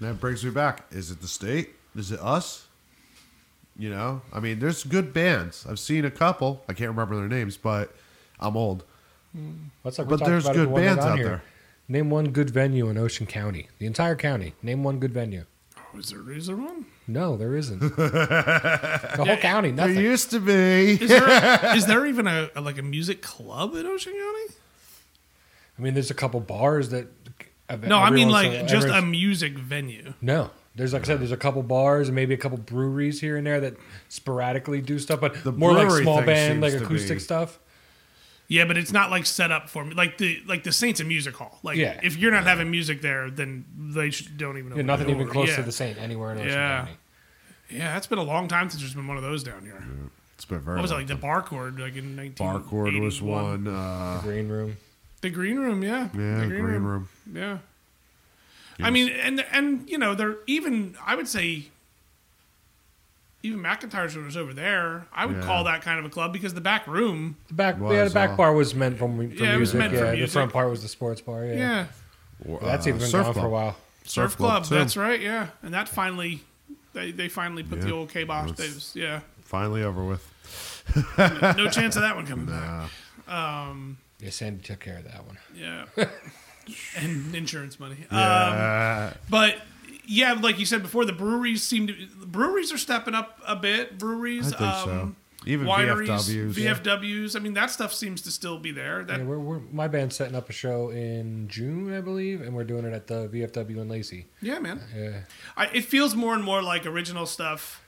Speaker 1: That brings me back. Is it the state? Is it us? You know, I mean, there's good bands. I've seen a couple. I can't remember their names, but I'm old.
Speaker 2: That's like we
Speaker 1: But
Speaker 2: talked
Speaker 1: there's
Speaker 2: about it
Speaker 1: good
Speaker 2: the one night
Speaker 1: bands
Speaker 2: on
Speaker 1: out
Speaker 2: here.
Speaker 1: there.
Speaker 2: Name one good venue in Ocean County, the entire county. Name one good venue.
Speaker 3: Oh, is there is there one?
Speaker 2: No, there isn't. the whole county, nothing.
Speaker 1: There used to be.
Speaker 3: Is there is there even a, a- like a music club in Ocean County?
Speaker 2: I mean, there's a couple bars that. have
Speaker 3: No, I mean
Speaker 2: everyone's-
Speaker 3: like just um, a
Speaker 2: everyone's-
Speaker 3: music venue.
Speaker 2: No, there's like I said, there's a couple bars and maybe a couple breweries here and there that sporadically do stuff, but
Speaker 1: The
Speaker 2: more like
Speaker 1: brewery
Speaker 2: small
Speaker 1: thing
Speaker 2: band, like
Speaker 1: seems to
Speaker 2: acoustic
Speaker 1: be-
Speaker 2: stuff.
Speaker 3: Yeah, but it's not like set up for me. Like the like the Saints a music hall. Like
Speaker 2: Yeah.
Speaker 3: if you're not having music there, then they sh don't even.
Speaker 2: Yeah,
Speaker 3: open
Speaker 2: nothing
Speaker 3: the
Speaker 2: even
Speaker 3: door.
Speaker 2: close
Speaker 3: yeah.
Speaker 2: to the Saint anywhere in Ocean
Speaker 3: Yeah.
Speaker 2: County.
Speaker 3: Yeah, that's been a long time since there's been one of those down here.
Speaker 1: It's been very.
Speaker 3: What was it
Speaker 1: long.
Speaker 3: like the Barcord like in nineteen?
Speaker 1: Barcord was one. Uh,
Speaker 2: Green room.
Speaker 3: The Green Room, yeah.
Speaker 1: yeah,
Speaker 3: the
Speaker 1: Green Room.
Speaker 3: Yeah. I mean, and and you know, they're even. I would say, even McIntyre's was over there. I would
Speaker 1: Yeah.
Speaker 3: call that kind of a club because the back room.
Speaker 2: The back,
Speaker 1: Was,
Speaker 2: yeah, the back
Speaker 1: uh,
Speaker 2: bar was meant for, mu- for music.
Speaker 3: Yeah, it was meant for
Speaker 2: yeah, the
Speaker 3: music.
Speaker 2: front part was the sports bar. Yeah,
Speaker 3: Yeah,
Speaker 1: Or,
Speaker 2: that's
Speaker 1: uh,
Speaker 2: even been
Speaker 1: Surf
Speaker 2: gone for a
Speaker 1: Club.
Speaker 2: while.
Speaker 3: surf, club.
Speaker 1: too.
Speaker 3: that's right. Yeah, and that finally, they they finally put the
Speaker 1: Yeah.
Speaker 3: old K box.
Speaker 1: That's-
Speaker 3: Yeah,
Speaker 1: finally over with.
Speaker 3: no chance of that one coming back.
Speaker 2: Yeah, Sandy took care of that one.
Speaker 3: Yeah, and insurance money. Um,
Speaker 1: Yeah.
Speaker 3: But yeah, like you said before, the breweries seem to breweries are stepping up a bit. Breweries,
Speaker 1: I think
Speaker 3: um,
Speaker 1: so. Even
Speaker 3: wineries,
Speaker 1: VFWs.
Speaker 3: VFWs. I mean, that stuff seems to still be there. That
Speaker 2: Yeah, we're, we're, my band's setting up a show in June, I believe, and we're doing it at the VFW in Lacey.
Speaker 3: yeah, man.
Speaker 2: Yeah.
Speaker 3: I, it feels more and more like original stuff.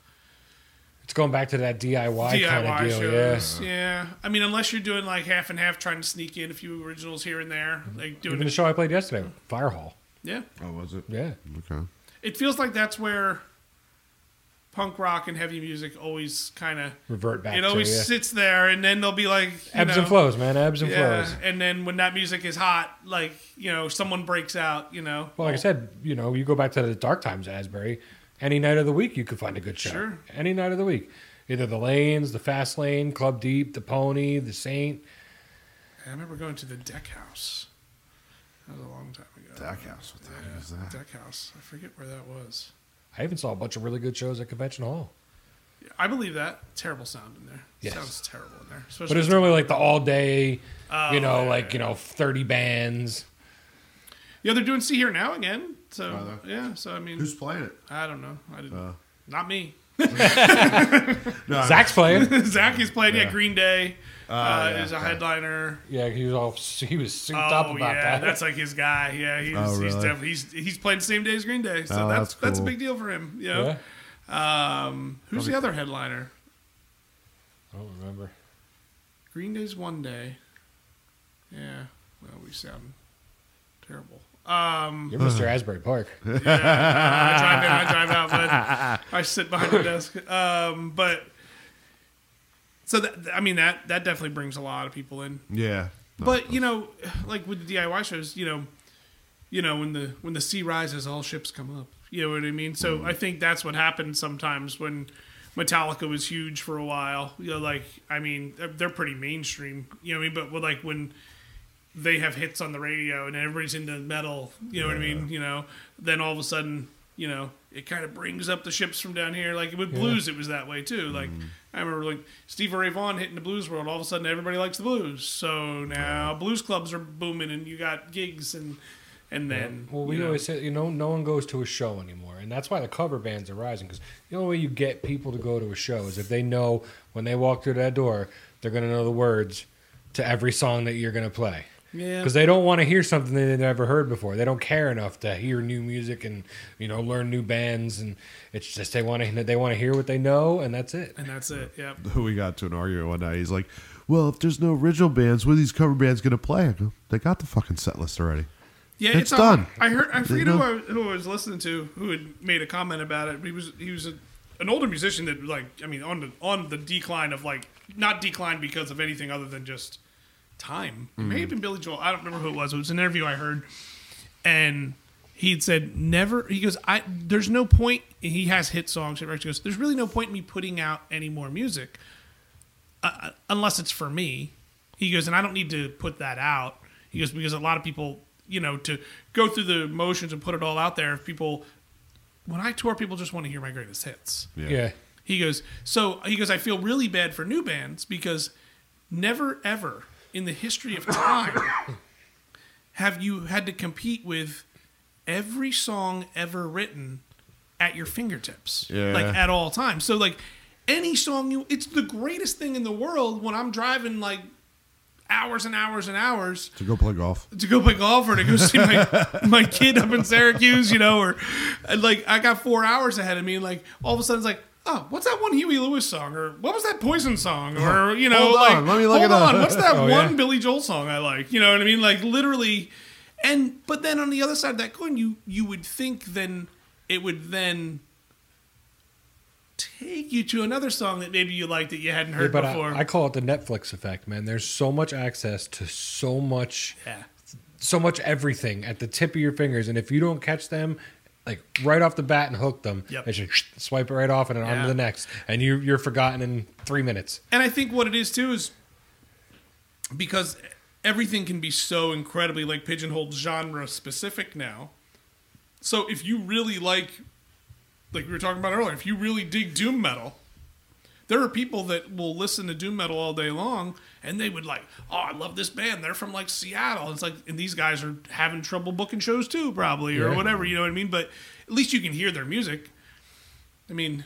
Speaker 2: It's going back to that DIY, kind
Speaker 3: DIY
Speaker 2: of deal.
Speaker 3: shows.
Speaker 2: Yeah.
Speaker 3: Yeah. I mean, unless you're doing like half and half, trying to sneak in a few originals here and there, like doing
Speaker 2: Even the
Speaker 3: it.
Speaker 2: show I played yesterday, Fire Hall.
Speaker 3: Yeah,
Speaker 1: Oh, was it?
Speaker 2: Yeah.
Speaker 1: Okay.
Speaker 3: it feels like that's where punk rock and heavy music always kind of
Speaker 2: Revert back
Speaker 3: it
Speaker 2: to
Speaker 3: always
Speaker 2: yeah.
Speaker 3: sits there, and then they'll be like you
Speaker 2: ebbs and
Speaker 3: know,
Speaker 2: flows, man. Ebbs and
Speaker 3: Yeah,
Speaker 2: flows.
Speaker 3: and then when that music is hot, like you know, someone breaks out. You know,
Speaker 2: Well, like I said, you know, you go back to the dark times at Asbury. Any night of the week, you could find a good show.
Speaker 3: Sure.
Speaker 2: Any night of the week, either the lanes, the fast lane, Club Deep, the Pony, the Saint.
Speaker 3: I remember going to the Deck House. That was a long time ago.
Speaker 1: That house. What the heck is that?
Speaker 3: Deck House. I forget where that was.
Speaker 2: I even saw a bunch of really good shows at Convention Hall.
Speaker 3: I believe that terrible sound in there.
Speaker 2: Yes.
Speaker 3: Sounds terrible in there.
Speaker 2: But
Speaker 3: Especially
Speaker 2: it's normally like the all day, you
Speaker 3: Oh,
Speaker 2: know, like you know, thirty bands.
Speaker 3: yeah, they're doing "See Here Now" again. So
Speaker 1: Are they?
Speaker 3: yeah, so I mean,
Speaker 1: Who's Uh, playing it?
Speaker 3: I don't know. I didn't. not me.
Speaker 1: No,
Speaker 2: Zach's playing.
Speaker 3: Zach is playing. Yeah, Green Day uh,
Speaker 1: Oh, yeah,
Speaker 3: is a
Speaker 1: okay.
Speaker 3: headliner.
Speaker 2: yeah, he was all he was souped up
Speaker 3: Oh
Speaker 2: about
Speaker 3: yeah,
Speaker 2: that.
Speaker 3: that's like his guy. Yeah, he's
Speaker 1: Oh,
Speaker 3: he's,
Speaker 1: really?
Speaker 3: definitely, he's he's playing the same day as Green Day, so
Speaker 1: Oh,
Speaker 3: that's that's,
Speaker 1: that's
Speaker 3: a
Speaker 1: cool.
Speaker 3: big deal for him. You know?
Speaker 2: yeah.
Speaker 3: Um, who's
Speaker 1: Probably-
Speaker 3: the other headliner?
Speaker 2: I don't remember.
Speaker 3: Green Day's one day. Yeah. Well, we sound terrible. Um,
Speaker 2: You're Mr. Asbury Park.
Speaker 3: I drive in, I drive out, but I sit behind the desk. Um, but so that I mean that that definitely brings a lot of people in.
Speaker 1: Yeah.
Speaker 3: But you know, like with the DIY shows, you know, you know when the when the sea rises, all ships come up. You know what I mean? So I think that's what happens sometimes when Metallica was huge for a while. You know, like I mean, they're, they're pretty mainstream. You know what I mean? But with, like when they have hits on the radio and everybody's into metal, you know what I mean? You know, then all of a sudden, you know, it kind of brings up the ships from down here. Like with blues, it was that way too. Like
Speaker 2: Mm-hmm.
Speaker 3: I remember, like Steve Ray Vaughan hitting the blues world. All of a sudden, everybody likes the blues. So now blues clubs are booming, and you got gigs and and then
Speaker 2: Well, we
Speaker 3: you know,
Speaker 2: always say, you know, no one goes to a show anymore. And that's why the cover bands are rising because the only way you get people to go to a show is if they know when they walk through that door, they're going to know the words to every song that you're going to play.
Speaker 3: Yeah.
Speaker 2: Because they don't want to hear something that they've never heard before. They don't care enough to hear new music and, you know, learn new bands. And it's just they want to they want to hear what they know, and that's it.
Speaker 3: and that's it. Yep.
Speaker 1: we got to an argument one night. He's like, "Well, if there's no original bands, what are these cover bands gonna play?" I go, they got the fucking set list already.
Speaker 3: Yeah,
Speaker 1: It's
Speaker 3: it's, on-
Speaker 1: done.
Speaker 3: I heard. I forget
Speaker 1: no-
Speaker 3: who, I, who I was listening to who had made a comment about it. but He was he was a, an older musician that like I mean on the on the decline of like not decline because of anything other than just time. It
Speaker 1: Mm.
Speaker 3: may have been Billy Joel. I don't remember who it was. It was an interview I heard, and he'd said never. He goes, I there's no point. He has hit songs. He goes, there's really no point in me putting out any more music uh, unless it's for me. He goes, and I don't need to put that out. He goes because a lot of people, you know, to go through the motions and put it all out there. If people, when I tour, people just want to hear my greatest hits.
Speaker 2: Yeah.
Speaker 3: He goes, so he goes, I feel really bad for new bands because never ever in the history of time have you had to compete with every song ever written at your fingertips,
Speaker 1: Yeah.
Speaker 3: like at all times. So like any song you, it's the greatest thing in the world when I'm driving like hours and hours and hours
Speaker 1: to go play golf.
Speaker 3: to go play golf or to go see my, my kid up in Syracuse, you know, or and, like I got four hours ahead of me, and like all of a sudden it's like, oh, what's that one Huey Lewis song, or what was that Poison song, or you know,
Speaker 1: Hold
Speaker 3: like
Speaker 1: on, let me look
Speaker 3: hold
Speaker 1: it up.
Speaker 3: on, what's that
Speaker 2: Oh,
Speaker 3: one
Speaker 2: yeah.
Speaker 3: Billy Joel song I like, you know what I mean? Like literally, and but then on the other side of that coin, you you would think then it would then take you to another song that maybe you liked that you hadn't
Speaker 2: Yeah,
Speaker 3: heard
Speaker 2: but
Speaker 3: before.
Speaker 2: I, I call it the Netflix effect, man. There's so much access to so much,
Speaker 3: yeah.
Speaker 2: so much everything at the tip of your fingers, and if you don't catch them, like right off the bat and hook them,
Speaker 3: Yep.
Speaker 2: they should swipe it right off and then on
Speaker 3: Yeah.
Speaker 2: to the next, and you you're forgotten in three minutes.
Speaker 3: And I think what it is too is because everything can be so incredibly like pigeonholed genre specific now. So if you really like like we were talking about earlier, if you really dig doom metal, there are people that will listen to doom metal all day long and they would like, "Oh, I love this band. They're from like Seattle." It's like and these guys are having trouble booking shows too probably or
Speaker 2: Yeah.
Speaker 3: whatever, you know what I mean? But at least you can hear their music. I mean,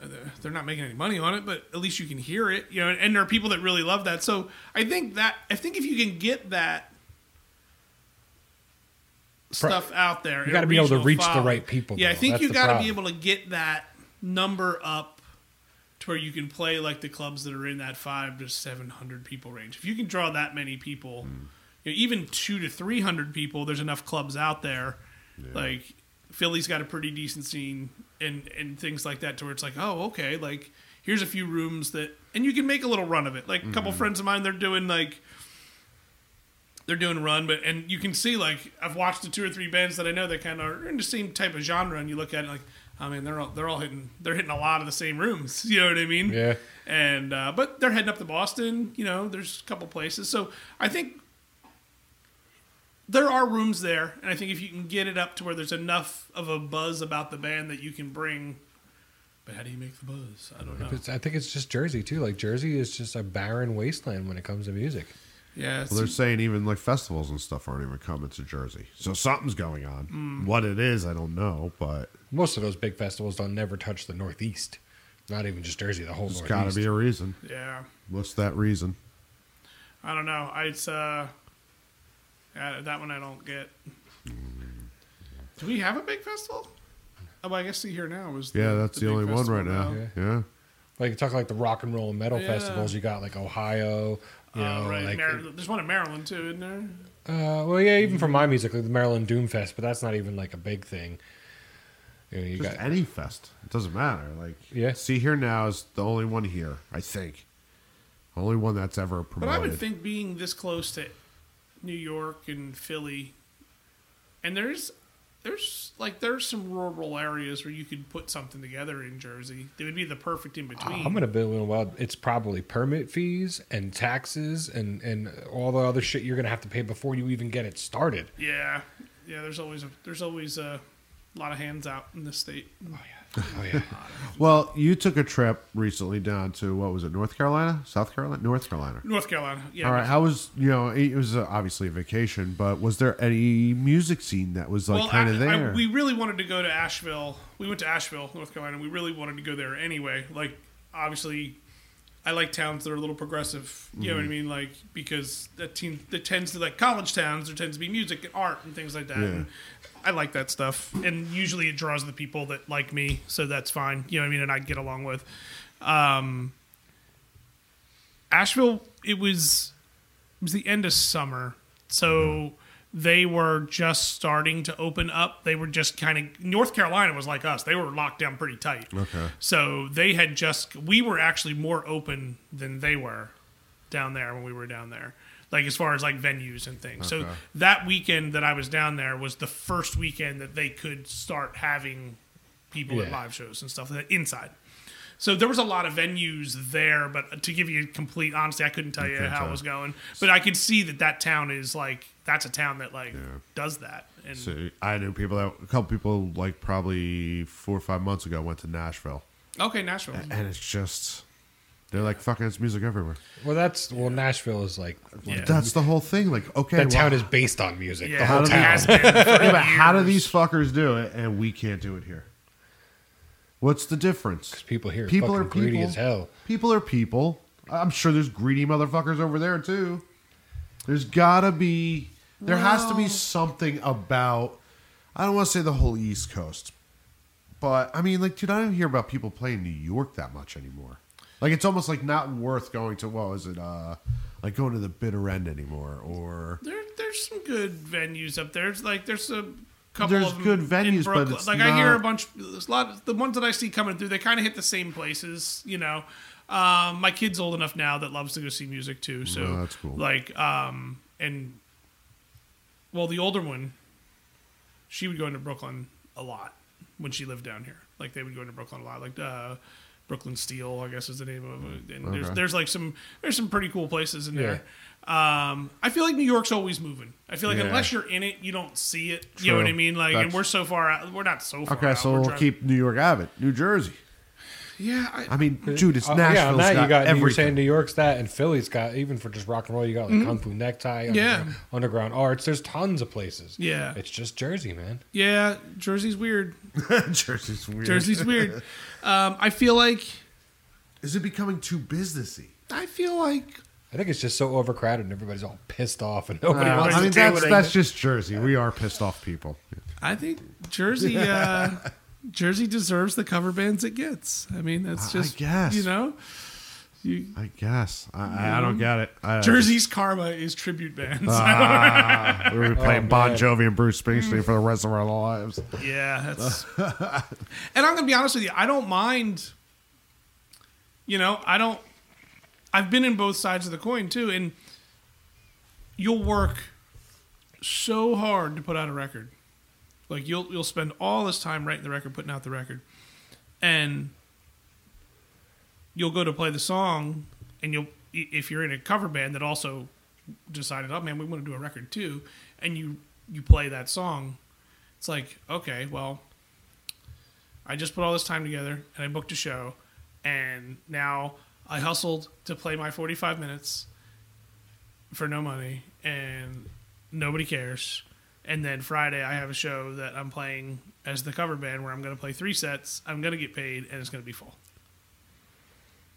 Speaker 3: they're- they're not making any money on it, but at least you can hear it, you know. And there are people that really love that. So I think that I think if you can get that stuff out there,
Speaker 2: You gotta be able to
Speaker 3: regional
Speaker 2: reach the right people,
Speaker 3: Yeah, I
Speaker 2: though.
Speaker 3: think
Speaker 2: That's
Speaker 3: you
Speaker 2: the
Speaker 3: got to be
Speaker 2: problem.
Speaker 3: able to get that number up to where you can play like the clubs that are in that five to seven hundred people range. If you can draw that many people,
Speaker 2: Mm.
Speaker 3: you know, even two to three hundred people, there's enough clubs out there. Like Philly's got a pretty decent scene and and things like that to where it's like, oh, okay, like here's a few rooms that and you can make a little run of it. Like a couple friends of mine, they're doing like they're doing a run, but and you can see like I've watched the two or three bands that I know that kind of are in the same type of genre, and you look at it like, I mean, they're all they're all hitting they're hitting a lot of the same rooms. You know what I mean?
Speaker 2: Yeah.
Speaker 3: And uh, but they're heading up to Boston. You know, there's a couple places, so I think there are rooms there, and I think if you can get it up to where there's enough of a buzz about the band that you can bring. But how do you make the buzz? I don't know.
Speaker 2: It's, I think it's just Jersey too. Like Jersey is just a barren wasteland when it comes to music.
Speaker 3: Yeah, it's-
Speaker 1: Well, they're saying even like festivals and stuff aren't even coming to Jersey, so something's going on. What it is, I don't know, but
Speaker 2: Most of those big festivals don't never touch the Northeast. Not even just Jersey, the whole
Speaker 1: there's got to
Speaker 2: Northeast.
Speaker 1: be a reason.
Speaker 3: yeah.
Speaker 1: What's that reason?
Speaker 3: I don't know. I- It's uh, yeah, that one I don't get. Do we have a big festival? Oh, well, I guess see here now was
Speaker 1: Yeah, that's the,
Speaker 3: big
Speaker 1: only one
Speaker 3: festival
Speaker 1: right now. Yeah.
Speaker 2: like you talk like the rock and roll and metal
Speaker 3: Yeah.
Speaker 2: festivals. You got like Ohio. You
Speaker 3: Uh,
Speaker 2: know,
Speaker 3: right,
Speaker 2: like,
Speaker 3: Maryland. There's one in Maryland too, isn't there?
Speaker 2: Uh, well, yeah, even for my music, like the Maryland Doomfest, but that's not even like a big thing. You know, you
Speaker 1: Just
Speaker 2: got
Speaker 1: any fest. It doesn't matter. Like,
Speaker 2: Yeah.
Speaker 1: See Here Now is the only one here, I think. Only one that's ever
Speaker 3: But
Speaker 1: promoted.
Speaker 3: I would think being this close to New York and Philly, and there's there's like there's some rural areas where you could put something together in Jersey. That would be the perfect in between.
Speaker 2: oh, I'm gonna build in a wild. It's probably permit fees and taxes and and all the other shit you're gonna have to pay before you even get it started.
Speaker 3: yeah, yeah. There's always a, there's always a lot of hands out in this state.
Speaker 2: Oh yeah,
Speaker 1: well, you took a trip recently down to what was it, North Carolina, South Carolina, North Carolina.
Speaker 3: North Carolina. Yeah.
Speaker 1: All right. How was you know? It was uh, obviously a vacation, but was there any music scene that was like kind of
Speaker 3: I- I-
Speaker 1: there?
Speaker 3: we really wanted to go to Asheville. We went to Asheville, North Carolina. We really wanted to go there anyway. Like, obviously, I like towns that are a little progressive. You know what I
Speaker 1: Mm-hmm.
Speaker 3: mean? Like, because that teen, that tends to like college towns. There tends to be music and art and things like that. And I like that stuff, and usually it draws the people that like me, so that's fine. You know what I mean? And I get along with. Um, Asheville. It was it was the end of summer, so they were just starting to open up. They were just kind of North Carolina was like us; they were locked down pretty tight.
Speaker 1: Okay.
Speaker 3: So they had just we were actually more open than they were down there when we were down there. Like as far as like venues and things. So that weekend that I was down there was the first weekend that they could start having people at
Speaker 2: Yeah.
Speaker 3: live shows and stuff like that inside. So there was a lot of venues there, but to give you complete honesty, I couldn't tell you
Speaker 1: couldn't
Speaker 3: how
Speaker 1: tell.
Speaker 3: it was going. But I could see that that town is like that's a town that like does that. And
Speaker 1: So I knew people that a couple people like probably four or five months ago went to Nashville
Speaker 3: Okay, Nashville.
Speaker 1: and it's just they're like fucking it's music everywhere.
Speaker 2: Well, that's well, Nashville is like
Speaker 3: Yeah.
Speaker 1: That's the whole thing. Like okay,
Speaker 2: that
Speaker 1: well,
Speaker 2: town is based on music.
Speaker 3: yeah,
Speaker 2: The whole
Speaker 3: it
Speaker 2: town.
Speaker 3: has been for
Speaker 1: Yeah, but how do
Speaker 3: years.
Speaker 1: these fuckers do it and we can't do it here? What's the difference?
Speaker 2: People here,
Speaker 1: People
Speaker 2: people are
Speaker 1: are
Speaker 2: greedy
Speaker 1: people.
Speaker 2: as hell.
Speaker 1: People are people. I'm sure there's greedy motherfuckers over there too. There's gotta be. There has to be something about. I don't want to say the whole East Coast, but I mean, like, dude, I don't hear about people playing New York that much anymore. Like, it's almost like not worth going to. Well, is it uh, like going to the bitter end anymore, or
Speaker 3: There, there's some good venues up there. It's like there's a couple
Speaker 1: There's
Speaker 3: of them
Speaker 1: good
Speaker 3: in
Speaker 1: venues, but
Speaker 3: Brooklyn.
Speaker 1: it's
Speaker 3: like I hear a
Speaker 1: not-
Speaker 3: bunch. There's a lot. The ones that I see coming through, they kind of hit the same places. You know, um, my kid's old enough now that loves to go see music too. So
Speaker 1: Oh, that's cool.
Speaker 3: Like, um, and well, the older one, she would go into Brooklyn a lot when she lived down here. Like they would go into Brooklyn a lot. Like uh, Brooklyn Steel, I guess is the name of it. And there's
Speaker 1: Okay.
Speaker 3: there's like some there's some pretty cool places in there. Um, I feel like New York's always moving. I feel like
Speaker 2: Yeah.
Speaker 3: unless you're in it, you don't see it. You know
Speaker 1: True.
Speaker 3: what I mean? Like, and
Speaker 1: That's-
Speaker 3: we're so far out. We're not so far
Speaker 1: okay,
Speaker 3: out.
Speaker 1: so
Speaker 3: We're
Speaker 1: we'll
Speaker 3: driving-
Speaker 1: keep New York Abbott, New Jersey.
Speaker 3: Yeah, I,
Speaker 1: I mean, dude, it's
Speaker 2: Uh,
Speaker 1: Nashville's
Speaker 2: yeah, on that
Speaker 1: got,
Speaker 2: you got you were
Speaker 1: everything. Mm-hmm.
Speaker 2: saying New York's that, and Philly's got even for just rock and roll. You got like Kung Fu Necktie,
Speaker 3: Yeah.
Speaker 2: underground, underground Arts. There's tons of places.
Speaker 3: Yeah.
Speaker 2: it's just Jersey, man.
Speaker 3: yeah. Jersey's weird.
Speaker 1: Jersey's weird.
Speaker 3: Jersey's weird. Um, I feel like
Speaker 1: Is it becoming too businessy?
Speaker 3: I feel like
Speaker 2: I think it's just so overcrowded, and everybody's all pissed off, and nobody
Speaker 1: Uh,
Speaker 2: wants.
Speaker 1: I
Speaker 2: to
Speaker 1: mean,
Speaker 3: do
Speaker 1: that's
Speaker 3: what I
Speaker 1: that's
Speaker 3: do.
Speaker 1: just Jersey. We are pissed off people.
Speaker 3: I think Jersey uh, Jersey deserves the cover bands it gets. I mean, that's
Speaker 1: I- I
Speaker 3: just
Speaker 1: guess.
Speaker 3: you know. You,
Speaker 1: I guess I, I- I don't get it. I,
Speaker 3: Jersey's karma is tribute bands.
Speaker 1: Ah, we were
Speaker 3: Oh,
Speaker 1: playing Bon
Speaker 2: man.
Speaker 1: Jovi and Bruce Springsteen for the rest of our lives.
Speaker 3: Yeah, that's. and I'm gonna be honest with you. I don't mind. You know, I don't. I've been in both sides of the coin too, and you'll work so hard to put out a record. Like you'll you'll spend all this time writing the record, putting out the record, and you'll go to play the song, and you'll i- if you're in a cover band that also decided, oh man, we want to do a record too, and you you play that song, it's like okay, well, I just put all this time together and I booked a show, and now I hustled to play my 45 minutes for no money, and nobody cares. And then Friday, I have a show that I'm playing as the cover band where I'm going to play three sets. I'm going to get paid, and it's going to be full.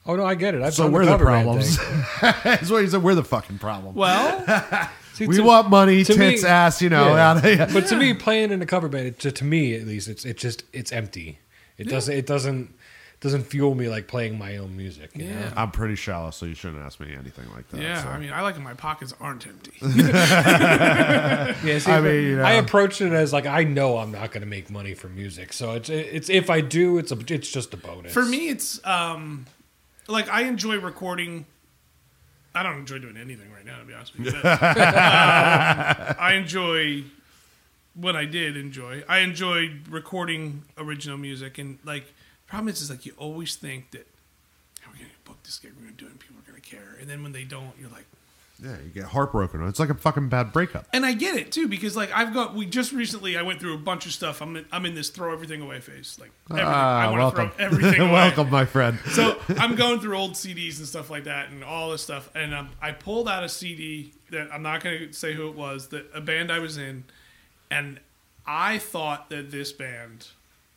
Speaker 2: Oh no, I get it. I've
Speaker 1: So
Speaker 2: done
Speaker 1: we're the
Speaker 2: cover band
Speaker 1: problems.
Speaker 2: thing.
Speaker 1: That's what he said. We're the fucking problem.
Speaker 3: Well,
Speaker 2: See,
Speaker 1: we
Speaker 2: to-
Speaker 1: want money,
Speaker 2: to
Speaker 1: tits,
Speaker 2: me-
Speaker 1: ass. You know.
Speaker 2: Yeah.
Speaker 1: out of- yeah.
Speaker 2: But to me, playing in a cover band, it, to, to me at least, it's it just it's empty. It doesn't it doesn't doesn't fuel me like playing my own music. You
Speaker 3: Yeah.
Speaker 2: know?
Speaker 1: I'm pretty shallow, so you shouldn't ask me anything like that.
Speaker 3: yeah,
Speaker 1: so.
Speaker 3: I mean, I like it when my pockets aren't empty.
Speaker 2: Yeah, see,
Speaker 1: I
Speaker 2: I
Speaker 1: mean, you know.
Speaker 2: I approached it as like I know I'm not going to make money from music, so it's it's if I do, it's a it's just a bonus
Speaker 3: For me, it's um, like I enjoy recording. I don't enjoy doing anything right now, to be honest with you. But, um, I enjoy what I did enjoy. I enjoyed recording original music, and like problem is, is like you always think that how are we gonna book this gig? We're gonna do it, and people are gonna care. And then when they don't, you're like,
Speaker 1: yeah, you get heartbroken. It's like a fucking bad breakup.
Speaker 3: and I get it too because like I've got we just recently I went through a bunch of stuff. I'm in, I'm in this throw everything away phase. Like everything. I
Speaker 1: Ah,
Speaker 3: want to
Speaker 1: welcome,
Speaker 3: throw everything away.
Speaker 1: welcome, my friend.
Speaker 3: so I'm going through old CDs and stuff like that, and all this stuff. And um, I pulled out a CD that I'm not going to say who it was, that a band I was in, and I thought that this band.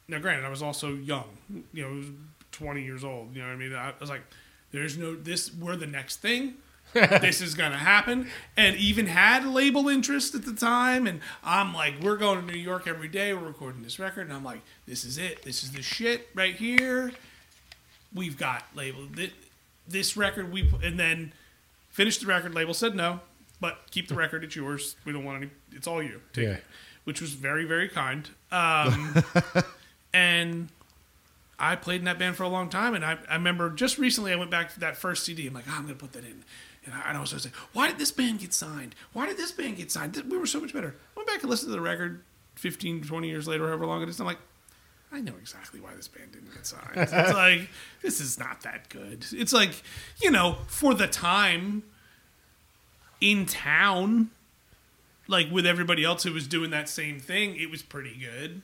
Speaker 3: Now, granted, I was also young. You know, I was 20 years old. You know what I mean? I was like, "There's no this. We're the next thing." this is gonna happen, and even had label interest at the time. And I'm like, we're going to New York every day. We're recording this record, and I'm like, this is it. This is the shit right here we've got label thi- this record we and then finished the record label said no but keep the record it's yours we don't want any it's all you take
Speaker 2: Yeah.
Speaker 3: it which was very very kind um, and i played in that band for a long time and I, I remember just recently i went back to that first cd i'm like "Ah, i'm gonna put that in and I, and I was just like why did this band get signed why did this band get signed we were so much better I went back and listened to the record 15 20 years later however long it is i'm like I know exactly why this band didn't get signed. It's like this is not that good. It's like you know, for the time in town, like with everybody else who was doing that same thing, it was pretty good.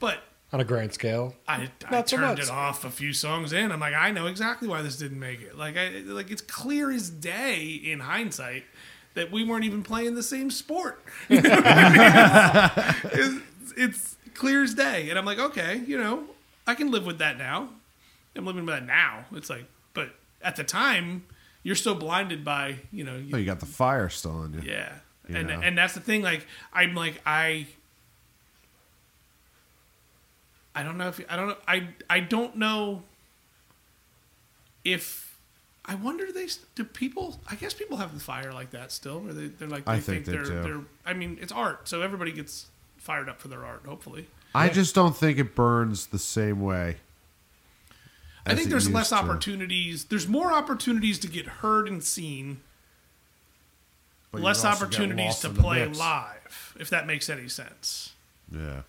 Speaker 3: But
Speaker 2: on a grand scale.
Speaker 3: I, I
Speaker 2: Not so
Speaker 3: turned
Speaker 2: much.
Speaker 3: it off a few songs in. I'm like, I know exactly why this didn't make it. Like, I like it's clear as day in hindsight that we weren't even playing the same sport. You know what I mean? it's, it's clear as day, and I'm like, okay, you know, I can live with that now. I'm living with that now. It's like, but at the time, you're so blinded by you know, you,
Speaker 1: Oh, you got the fire still in you.
Speaker 3: yeah.
Speaker 1: You
Speaker 3: and
Speaker 1: know.
Speaker 3: and that's the thing. Like I'm like I. I don't know if I don't know I I don't know if I wonder they s- do people I guess people have the fire like that still where they they're like they
Speaker 1: I think they
Speaker 3: they're,
Speaker 1: do.
Speaker 3: they're I mean it's art so everybody gets fired up for their art hopefully
Speaker 1: I just don't think it burns the same way.
Speaker 3: I
Speaker 1: as
Speaker 3: think
Speaker 1: it
Speaker 3: there's
Speaker 1: used
Speaker 3: less
Speaker 1: to.
Speaker 3: opportunities there's more opportunities to get heard and seen
Speaker 1: But you
Speaker 3: less
Speaker 1: also get
Speaker 3: opportunities
Speaker 1: lost
Speaker 3: to
Speaker 1: in the
Speaker 3: play
Speaker 1: mix.
Speaker 3: live if that makes any sense
Speaker 1: Yeah.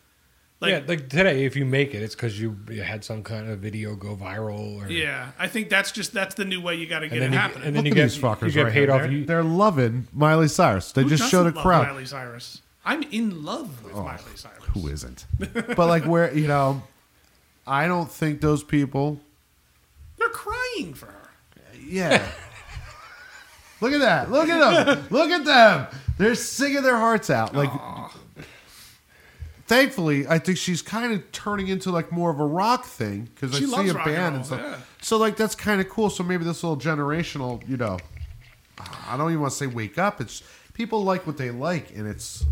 Speaker 3: like
Speaker 2: yeah, like today, if you make it, it's because you, you had some kind of video go viral. Or,
Speaker 3: Yeah, I think that's just that's the new way you got to get
Speaker 2: then
Speaker 3: it
Speaker 2: you-
Speaker 3: happening.
Speaker 2: and
Speaker 1: Look
Speaker 2: you
Speaker 1: at
Speaker 2: get-
Speaker 1: these fuckers
Speaker 2: you get
Speaker 1: right
Speaker 2: paid
Speaker 1: here.
Speaker 2: off,
Speaker 1: They're,
Speaker 2: you-
Speaker 1: they're loving Miley Cyrus. They
Speaker 3: Who
Speaker 1: just showed a
Speaker 3: doesn't love
Speaker 1: crowd. Oh,
Speaker 3: Miley Cyrus. I'm in love with Miley Cyrus.
Speaker 1: Who isn't? but like, where you know, I don't think those people.
Speaker 3: They're crying for her.
Speaker 1: Yeah. Look at that! Look at them! Look at them! They're singing their hearts out. Like, thankfully, I think she's kind of turning into like more of a rock thing because I
Speaker 3: She
Speaker 1: see
Speaker 3: loves
Speaker 1: a
Speaker 3: rock and
Speaker 1: band and
Speaker 3: roll,
Speaker 1: stuff.
Speaker 3: yeah.
Speaker 1: So like that's kind of cool. So maybe this little generational, you know, I don't even want to say wake up. It's people like what they like, and it's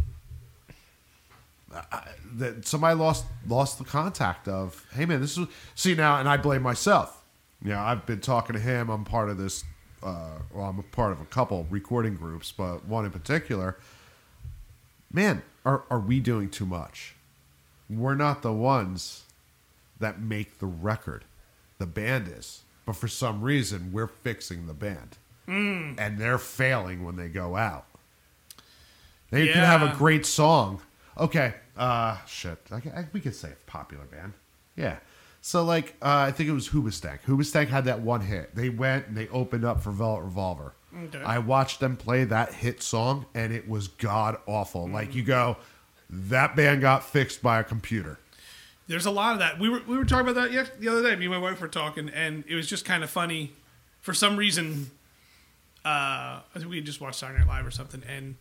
Speaker 1: I- that somebody lost lost the contact of. Hey man, this is see now, and I blame myself. Yeah, I've been talking to him. I'm part of this. Uh, well, I'm a part of a couple recording groups, but one in particular. Man, are are we doing too much? We're not the ones that make the record. The band is, but for some reason, we're fixing the band, and they're failing when they go out. They could have a
Speaker 3: Yeah.
Speaker 1: great song. Okay, uh, shit, I, ca- I- we could say a popular band. Yeah. So like, uh, I think it was Hoobastank. Hoobastank had that one hit. They went and they opened up for Velvet Revolver.
Speaker 3: Okay.
Speaker 1: I watched them play that hit song, and it was god
Speaker 3: Mm.
Speaker 1: awful. Like you go, that band got fixed by a computer.
Speaker 3: There's a lot of that. We were we were talking about that yes, the other day. Me and my wife were talking, and it was just kind of funny. For some reason, uh, I think we had just watched Saturday Night Live or something, and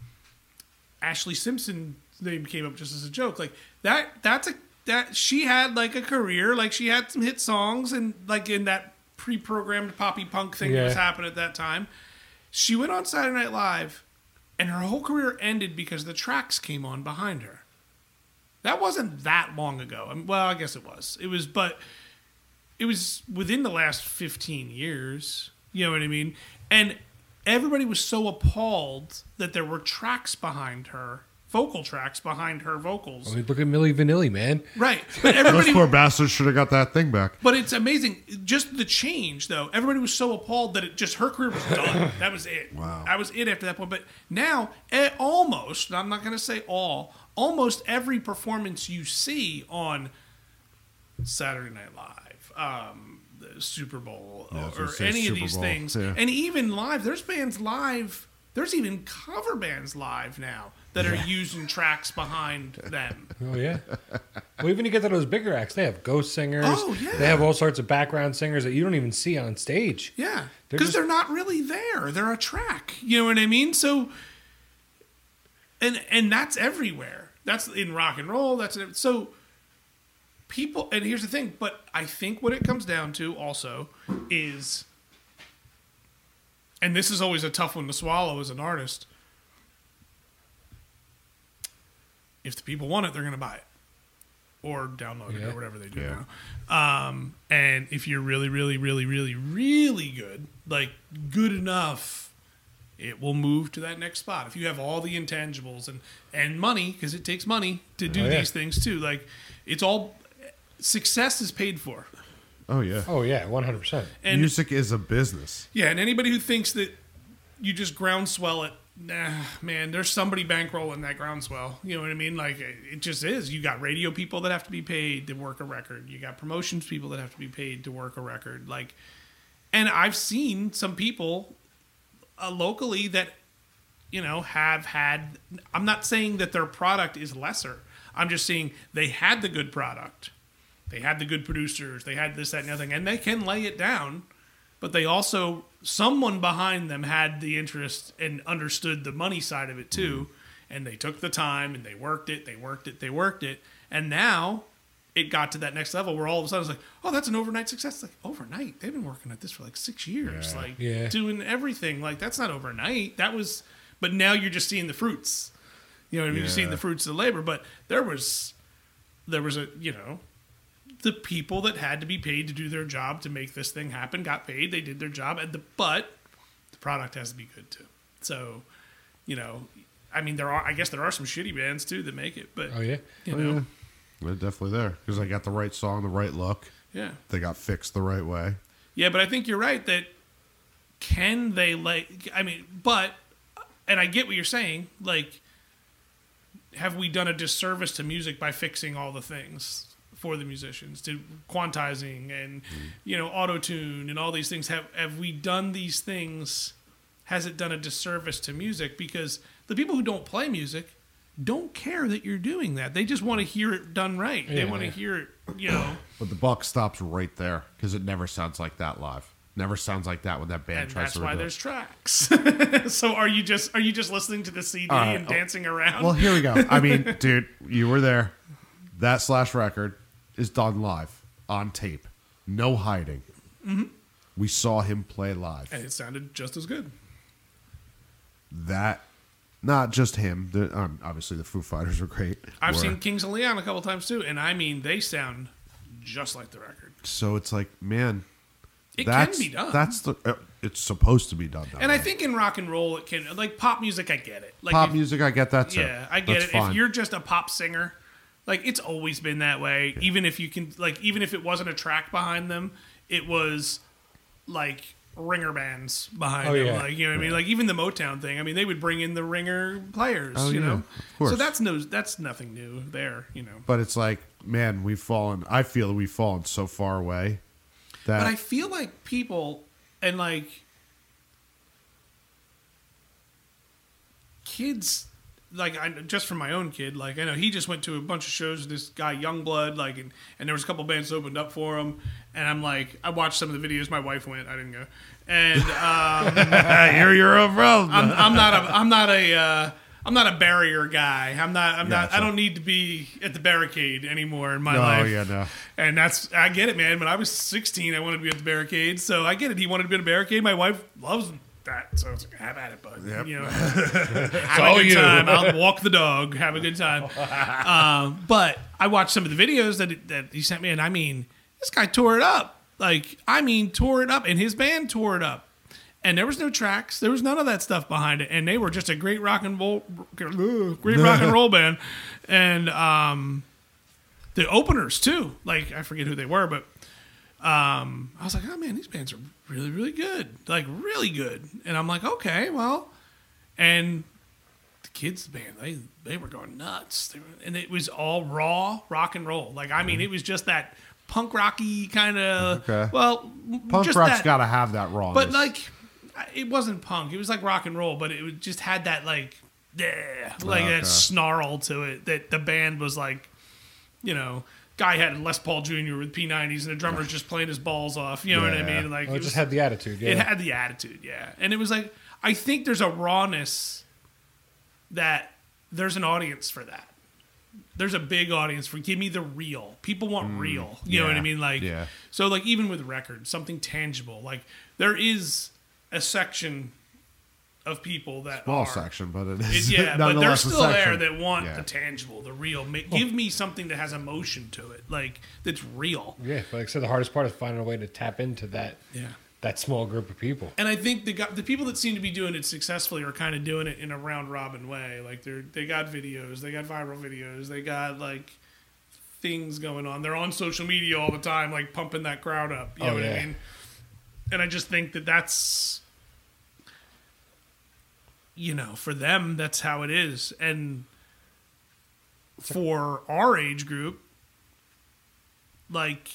Speaker 3: Ashley Simpson's name came up just as a joke. Like that. That's a that she had like a career. Like she had some hit songs, and like in that pre-programmed poppy punk thing that was
Speaker 2: Yeah.
Speaker 3: happening at that time. She went on Saturday Night Live, and her whole career ended because the tracks came on behind her. That wasn't that long ago. I mean, well, I guess it was. It was, but it was within the last 15 years. You know what I mean? And everybody was so appalled that there were tracks behind her, vocal tracks behind her
Speaker 2: I
Speaker 3: vocals.
Speaker 2: mean, Oh, look at Millie Vanilli, man.
Speaker 3: Right. But
Speaker 1: Those
Speaker 3: everybody
Speaker 1: poor bastards should have got that thing back.
Speaker 3: But it's amazing. Just the change, though. Everybody was so appalled that it just her career was done. that was it.
Speaker 1: Wow.
Speaker 3: That was it after that point. But now, eh, almost, and I'm not going to say all, almost every performance you see on Saturday Night Live, um, the Super Bowl,
Speaker 1: Yeah, I was
Speaker 3: or,
Speaker 1: gonna say
Speaker 3: any of
Speaker 1: Super
Speaker 3: these
Speaker 1: Bowl,
Speaker 3: things,
Speaker 1: yeah.
Speaker 3: and even live, there's bands live, there's even cover bands live now that are using tracks behind them.
Speaker 2: Oh yeah. well, even you get to those bigger acts, they have ghost singers.
Speaker 3: Oh, yeah.
Speaker 2: They have all sorts of background singers that you don't even see on stage.
Speaker 3: Yeah,
Speaker 2: They're
Speaker 3: because
Speaker 2: just-
Speaker 3: they're not really there. They're a track. You know what I mean? So, and and that's everywhere. That's in rock and roll. That's in, so people. And here's the thing. But I think what it comes down to also is, and this is always a tough one to swallow as an artist. If the people want it, they're going to buy it or download it
Speaker 2: Yeah.
Speaker 3: or whatever they do
Speaker 1: Yeah.
Speaker 3: now. Um, and if you're really, really, really, really, really good, like good enough, it will move to that next spot. If you have all the intangibles and and money, because it takes money to do
Speaker 2: Oh, yeah.
Speaker 3: these things too. Like it's all success is paid for,
Speaker 1: Oh yeah,
Speaker 2: Oh yeah, one hundred percent.
Speaker 3: and
Speaker 1: music is a business.
Speaker 3: yeah, and anybody who thinks that you just groundswell it, nah, man, there's somebody bankrolling that groundswell. You know what I mean? Like it it just is. You got radio people that have to be paid to work a record. You got promotions people that have to be paid to work a record. Like, and I've seen some people uh, locally that you know have had. I'm not saying that their product is lesser. I'm just saying they had the good product They had the good producers. They had this, that, and the other thing, and they can lay it down. But they also someone behind them had the interest and understood the money side of it
Speaker 2: Mm-hmm.
Speaker 3: too, and they took the time and they worked it. They worked it. They worked it, and now. It got to that next level where all of a sudden it's like, oh, that's an overnight success. It's like overnight, they've been working at this for like six years,
Speaker 2: Yeah.
Speaker 3: like
Speaker 2: Yeah.
Speaker 3: doing everything. Like that's not overnight. That was, but now you're just seeing the fruits. You know what I mean? You're seeing
Speaker 2: Yeah.
Speaker 3: the fruits of the labor, but there was there was a you know the people that had to be paid to do their job to make this thing happen got paid. They did their job, at the but the product has to be good too. So you know, I mean, there are I guess there are some shitty bands too that make it, but
Speaker 2: Oh yeah.
Speaker 3: you
Speaker 1: Oh,
Speaker 3: know,
Speaker 1: yeah. They're definitely there because they got the right song, the right look.
Speaker 3: yeah.
Speaker 1: They got fixed the right way.
Speaker 3: Yeah, but I think you're right that can they like I mean, but and I get what you're saying, like have we done a disservice to music by fixing all the things for the musicians to quantizing and you know auto-tune and all these things have have we done these things has it done a disservice to music because the people who don't play music don't care that you're doing that they just want to hear it done right they
Speaker 2: Yeah,
Speaker 3: want to
Speaker 2: yeah.
Speaker 3: hear it you know
Speaker 1: But the buck stops right there because it never sounds like that live. Never sounds like that when that band
Speaker 3: and
Speaker 1: tries
Speaker 3: that's
Speaker 1: to.
Speaker 3: why
Speaker 1: redo it.
Speaker 3: there's tracks. so are you just are you just listening to the CD
Speaker 1: right,
Speaker 3: and
Speaker 1: oh,
Speaker 3: dancing around?
Speaker 1: Well, here we go. I mean, dude, you were there. That slash record is done live on tape, no hiding.
Speaker 3: Mm-hmm.
Speaker 1: We saw him play live.
Speaker 3: and it sounded just as good.
Speaker 1: That, not just him. The, um, obviously, the Foo Fighters were great.
Speaker 3: I've
Speaker 1: Were.
Speaker 3: seen Kings of Leon a couple times too, and I mean they sound just like the record.
Speaker 1: So it's like, man,
Speaker 3: It
Speaker 1: that's,
Speaker 3: can be done.
Speaker 1: That's the. uh, it's supposed to be done. That
Speaker 3: and
Speaker 1: way.
Speaker 3: I think in rock and roll it can like pop music I get it. Like
Speaker 1: pop
Speaker 3: if-
Speaker 1: music, I get that too.
Speaker 3: Yeah, I get
Speaker 1: That's
Speaker 3: it.
Speaker 1: fine.
Speaker 3: If you're just a pop singer, like it's always been that way. Even if you can, like, even if it wasn't a track behind them, it was like ringer bands behind
Speaker 2: Oh,
Speaker 3: them.
Speaker 2: yeah.
Speaker 3: Like, you know what I mean? Like even the Motown thing. I mean, they would bring in the ringer players.
Speaker 1: Oh,
Speaker 3: you
Speaker 1: yeah,
Speaker 3: know,
Speaker 1: of course.
Speaker 3: so that's no, that's nothing new there. You know,
Speaker 1: but it's like, man, we've fallen. I feel we've fallen so far away. That
Speaker 3: But I feel like people and like kids, like I just from my own kid, like I know he just went to a bunch of shows with this guy Youngblood, like and, and there was a couple bands that opened up for him, and I'm like I watched some of the videos. My wife went, I didn't go, and um,
Speaker 1: you're your own problem.
Speaker 3: I'm, I'm not a I'm not a uh, I'm not a barrier guy. I'm not I'm not I
Speaker 1: Gotcha.
Speaker 3: don't need to be at the barricade anymore in my
Speaker 1: no,
Speaker 3: life.
Speaker 1: yeah, no.
Speaker 3: And that's I get it, man. When I was 16, I wanted to be at the barricade, so I get it. He wanted to be at a barricade. My wife loves that, so I was like, "Have at it, bud."
Speaker 1: Yep.
Speaker 3: You know, have
Speaker 2: all
Speaker 3: a good
Speaker 2: you.
Speaker 3: time. I'll walk the dog. Have a good time. um, but I watched some of the videos that that he sent me, and I mean, this guy tore it up. Like, I mean, tore it up, and his band tore it up. And there was no tracks. There was none of that stuff behind it, and they were just a great rock and roll, great rock and roll band. And um, the openers too. Like I forget who they were, but um, I was like, oh man, these bands are really, really good, like really good. And I'm like, okay, well, and the kids band, they they were going nuts, they were, and it was all raw rock and roll. Like I mean, it was just that punk rocky kind of
Speaker 1: Mm-hmm. Okay.
Speaker 3: well,
Speaker 1: Punk
Speaker 3: just
Speaker 1: rock's
Speaker 3: that-
Speaker 1: got to have that wrong.
Speaker 3: but like it wasn't punk it was like rock and roll but it would- just had that like yeah, like
Speaker 1: Okay.
Speaker 3: that snarl to it that the band was like you know guy had Les Paul Jr. with P90s and the drummer's just playing his balls off you know what I
Speaker 1: Yeah.
Speaker 3: mean like
Speaker 2: Well, Oh, it
Speaker 3: was-
Speaker 2: just had the attitude. Yeah.
Speaker 3: it had the attitude, yeah. And it was like I think there's a rawness that there's an audience for that. There's a big audience for give me the real. People want real. You know what I
Speaker 1: Mm, yeah,
Speaker 3: mean? Like
Speaker 1: yeah.
Speaker 3: so like even with records, something tangible. Like there is a section of people that
Speaker 1: small
Speaker 3: are,
Speaker 1: section, but it is
Speaker 3: it- yeah, but they're
Speaker 1: nonetheless a
Speaker 3: still there
Speaker 1: section.
Speaker 3: that want
Speaker 1: Yeah. Oh,
Speaker 3: the tangible, the real. Make, give me something that has emotion to it, like that's real.
Speaker 2: yeah. But like I said, the hardest part is finding a way to tap into that
Speaker 3: Yeah.
Speaker 2: that small group of people.
Speaker 3: And I think the go- the people that seem to be doing it successfully are kind of doing it in a round robin way. Like they're they got videos, they got viral videos, they got like things going on. They're on social media all the time, like pumping that crowd up. You
Speaker 2: Oh,
Speaker 3: know what
Speaker 2: yeah.
Speaker 3: I mean? And I just think that that's you know for them that's how it is, and for our age group, like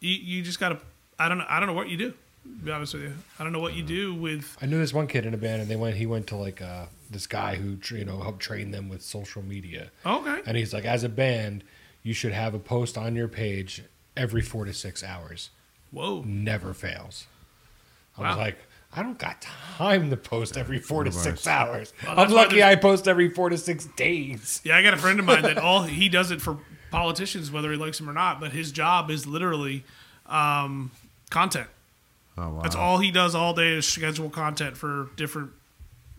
Speaker 3: you, you just gotta I don't know I don't know what you do. To be honest with you, I don't know what you do with
Speaker 2: I knew this one kid in a band, and they went. He went to like uh, this guy who tr- you know helped train them with social media,
Speaker 3: okay.
Speaker 2: and he's like, as a band, you should have a post on your page every four to six hours.
Speaker 3: Whoa.
Speaker 2: Never fails. I was
Speaker 3: Wow.
Speaker 2: like, I don't got time to post every four to six hours. I'm
Speaker 3: that's why
Speaker 2: lucky I post every four to six days.
Speaker 3: Yeah, I got a friend of mine that all he does it for politicians, whether he likes them or not. But his job is literally um, content.
Speaker 1: Oh wow.
Speaker 3: That's all he does all day is schedule content for different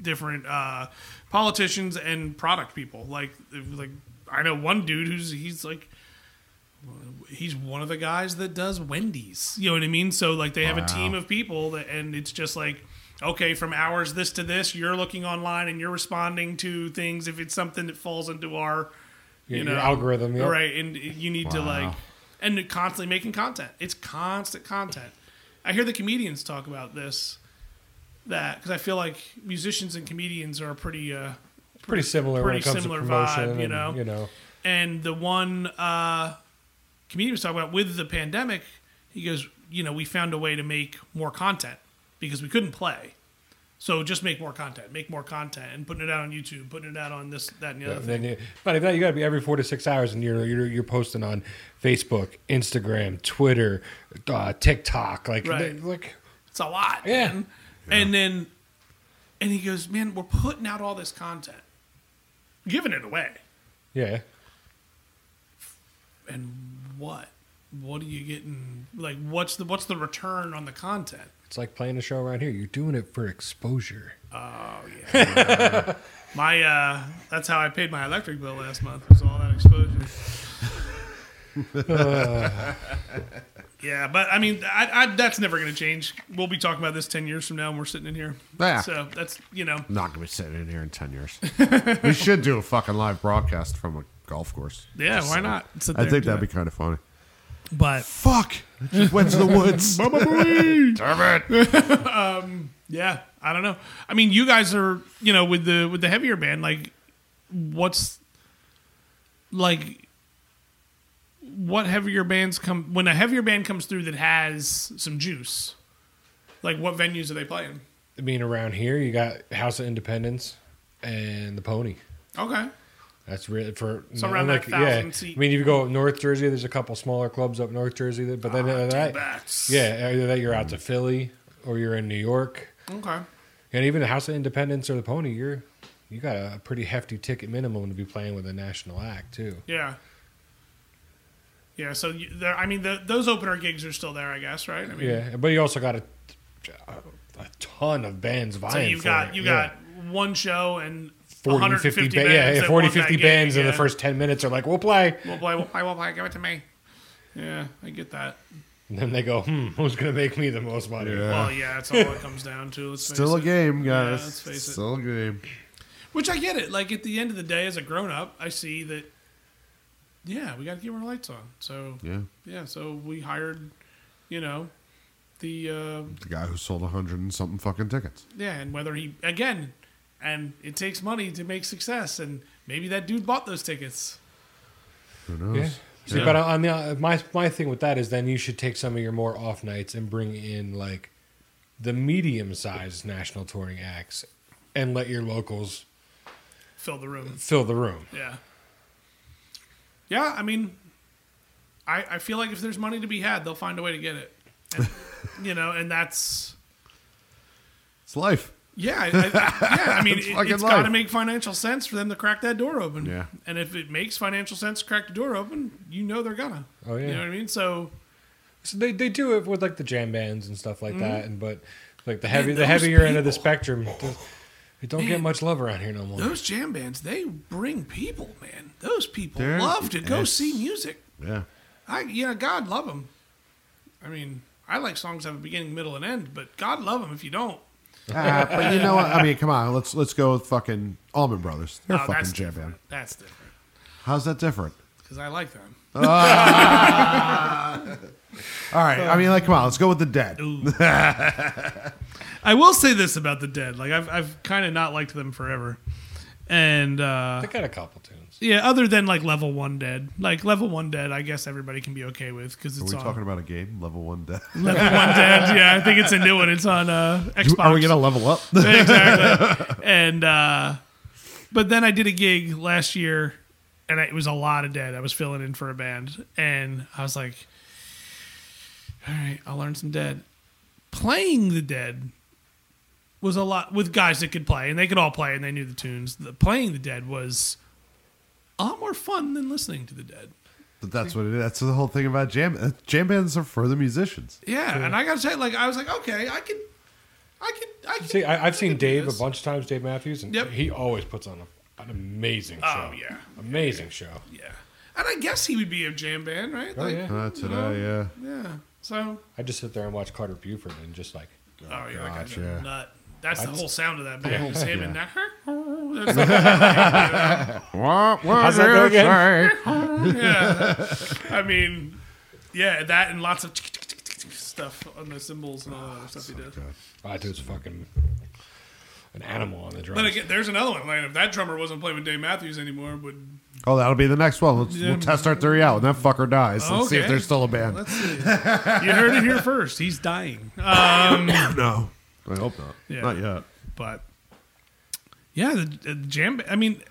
Speaker 3: different uh, politicians and product people. Like like I know one dude who's he's like he's one of the guys that does Wendy's. You know what I mean? So like they have a team of people that, and it's just like okay, from hours this to this, you're looking online and you're responding to things if it's something that falls into our
Speaker 2: Your,
Speaker 3: you know
Speaker 2: your algorithm. Yep.
Speaker 3: right and you need to
Speaker 1: Wow.
Speaker 3: like and constantly making content it's constant content i hear the comedians talk about this that because i feel like musicians and comedians are pretty uh
Speaker 2: Pretty similar when
Speaker 3: pretty
Speaker 2: it comes
Speaker 3: similar
Speaker 2: to promotion.
Speaker 3: vibe, you
Speaker 2: and,
Speaker 3: know?
Speaker 2: You know.
Speaker 3: and the one uh comedian was talking about with the pandemic he goes you know we found a way to make more content because we couldn't play so just make more content make more content and putting it out on youtube putting it out on this that and the other
Speaker 2: But
Speaker 3: thing
Speaker 2: Then you, but if not, you got to be every four to six hours, and you're you're, you're posting on Facebook, Instagram, Twitter, uh, TikTok, like
Speaker 3: Right.
Speaker 2: they- like
Speaker 3: It's a lot.
Speaker 2: Yeah.
Speaker 3: man. And then, and he goes, man, we're putting out all this content, giving it away,
Speaker 2: yeah.
Speaker 3: and what? What are you getting? Like, what's the what's the return on the content?
Speaker 2: It's like playing a show around here. You're doing it for exposure.
Speaker 3: My uh, that's how I paid my electric bill last month. Was all that exposure. yeah, but I mean, I, I, that's never going to change. We'll be talking about this ten years from now, and we're sitting in here.
Speaker 1: Yeah.
Speaker 3: So that's you know,
Speaker 1: I'm not gonna be sitting in here in ten years. we should do a fucking live broadcast from a golf course.
Speaker 3: yeah, why not? Sit
Speaker 1: I
Speaker 3: there
Speaker 1: think
Speaker 3: and do
Speaker 1: that'd be kind of funny.
Speaker 3: it. But
Speaker 1: Fuck! I just went to the woods. Damn it!
Speaker 3: Yeah, I don't know. I mean, you guys are, you know, with the with the heavier band, like, what's like, what heavier bands come when a heavier band comes through that has some juice? Like, what venues are they playing?
Speaker 2: I mean, around here, you got House of Independence and the Pony.
Speaker 3: Okay,
Speaker 2: That's really for
Speaker 3: So around that 1,000 seat.
Speaker 2: I mean, if you go up North Jersey, there's a couple smaller clubs up North Jersey, that- but then
Speaker 3: Oh,
Speaker 2: uh, that,
Speaker 3: Bats.
Speaker 2: yeah, either that you're out to Philly or you're in New York,
Speaker 3: Okay,
Speaker 2: and even the House of Independence or the Pony, you're you got a pretty hefty ticket minimum to be playing with a national act too.
Speaker 3: yeah, yeah. So, you, there, I mean, the, those opener gigs are still there, I guess, right? I mean,
Speaker 2: Yeah, but you also got a a ton of bands vying.
Speaker 3: So you've
Speaker 2: for
Speaker 3: got
Speaker 2: it.
Speaker 3: you
Speaker 2: Yeah.
Speaker 3: got one show and
Speaker 2: 40 50
Speaker 3: 150
Speaker 2: ba- yeah, yeah
Speaker 3: at
Speaker 2: 40
Speaker 3: one night
Speaker 2: 50
Speaker 3: gig,
Speaker 2: bands in the
Speaker 3: yeah.
Speaker 2: first 10 minutes are like we'll play
Speaker 3: We'll play, we'll play, we'll play. Give it to me. Yeah, I get that.
Speaker 2: and then they go hmm who's gonna make me the most money
Speaker 3: Well, yeah, that's all it comes down to. Let's face
Speaker 1: Still a
Speaker 3: it.
Speaker 1: game, guys.
Speaker 3: Yeah, let's face it.
Speaker 1: Still a game.
Speaker 3: Which I get it. Like at the end of the day, as a grown up, I see that. Yeah, we got to keep our lights on. So yeah.
Speaker 1: Yeah,
Speaker 3: so we hired, you know, the uh,
Speaker 1: the guy who sold a hundred and something fucking tickets.
Speaker 3: yeah, and whether he again, and it takes money to make success, and maybe that dude bought those tickets.
Speaker 1: Who knows?
Speaker 2: Yeah. See,
Speaker 3: Yeah.
Speaker 2: but on the my my thing with that is then you should take some of your more off nights and bring in like the medium sized national touring acts and let your locals
Speaker 3: Fill the room.
Speaker 2: fill the room.
Speaker 3: Yeah. Yeah, I mean, I I feel like if there's money to be had, they'll find a way to get it. And, you know, and that's
Speaker 1: It's life.
Speaker 3: yeah, I, I, yeah. I mean,
Speaker 1: It's
Speaker 3: it,
Speaker 1: fucking
Speaker 3: has got to
Speaker 1: life.
Speaker 3: make financial sense for them to crack that door open.
Speaker 1: Yeah.
Speaker 3: and if it makes financial sense to crack the door open, you know they're gonna.
Speaker 2: Oh, yeah.
Speaker 3: you know what I mean. So
Speaker 2: So they, they do it with like the jam bands and stuff like that and but like the heavy the
Speaker 3: Mm-hmm. those
Speaker 2: heavier end of the
Speaker 3: people.
Speaker 2: spectrum does- they don't get much love around here no more.
Speaker 3: those jam bands, they bring people, man. Those people
Speaker 1: They're-
Speaker 3: love to go
Speaker 1: yes.
Speaker 3: see music.
Speaker 1: Yeah.
Speaker 3: I yeah, God love them. I mean, I like songs that have a beginning, middle, and end, but God love them if you don't.
Speaker 1: Ah, but you know what? I mean, come on. Let's let's go with fucking Almond Brothers. They're
Speaker 3: No,
Speaker 1: fucking jam band.
Speaker 3: different. Oh, That's different
Speaker 1: How's that different?
Speaker 3: because I like them.
Speaker 1: All right. I mean, like, come on. Let's go with the Dead.
Speaker 3: I will say this about the Dead: like I've I've kind of not liked them forever, and uh,
Speaker 2: They got a couple tunes.
Speaker 3: yeah, other than like Level One Dead, like Level One Dead, I guess everybody can be okay with because
Speaker 1: Are
Speaker 3: it's
Speaker 1: we
Speaker 3: on
Speaker 1: talking about a game? Level one Dead.
Speaker 3: One Dead. Yeah, I think it's a new one. It's on uh, Xbox.
Speaker 1: Are we gonna level up?
Speaker 3: exactly. and uh, but then I did a gig last year and I, it was a lot of dead. I was filling in for a band, and I was like, "All right, I'll learn some dead." Playing the dead was a lot with guys that could play, and they could all play, and they knew the tunes. The playing the dead was a lot more fun than listening to the dead.
Speaker 1: But that's what it is. That's the whole thing about jam. uh, Jam bands are for the musicians.
Speaker 3: Yeah, and I gotta say, like, I was like, okay, I can, I can, I can.
Speaker 2: See, I, I've
Speaker 3: I
Speaker 2: seen
Speaker 3: can do
Speaker 2: Dave a
Speaker 3: this.
Speaker 2: bunch of times, Dave Matthews, and
Speaker 3: Yep.
Speaker 2: he always puts on a, an amazing show.
Speaker 3: Oh, yeah.
Speaker 2: Amazing show.
Speaker 3: Yeah, and I guess he would be a jam band, right?
Speaker 2: Oh, yeah.
Speaker 1: Uh, today, yeah.
Speaker 3: yeah. So,
Speaker 2: I just sit there and watch Carter Buford and just like,
Speaker 3: oh, yeah, like,
Speaker 1: gosh,
Speaker 3: I
Speaker 1: yeah.
Speaker 3: nut. That's the
Speaker 2: That's-
Speaker 3: whole sound of that band. It's him and that. There's
Speaker 1: What
Speaker 2: How's that go again?
Speaker 3: like- yeah. I mean, yeah, that and lots of stuff on the cymbals and all that other stuff he did.
Speaker 2: ah, dude's fucking an animal on the drums.
Speaker 3: Then again, there's another one. Like, if that drummer wasn't playing with Dave Matthews anymore, would
Speaker 1: Oh, that'll be the next one. Let's,
Speaker 3: Yeah.
Speaker 1: We'll test our theory out. When that fucker dies, let's see if
Speaker 3: Okay.
Speaker 1: there's still a band.
Speaker 3: let's see. you heard it here first. He's dying. Um,
Speaker 1: no. I hope not.
Speaker 3: Yeah.
Speaker 1: Not yet.
Speaker 3: but yeah, the, the jam. I mean,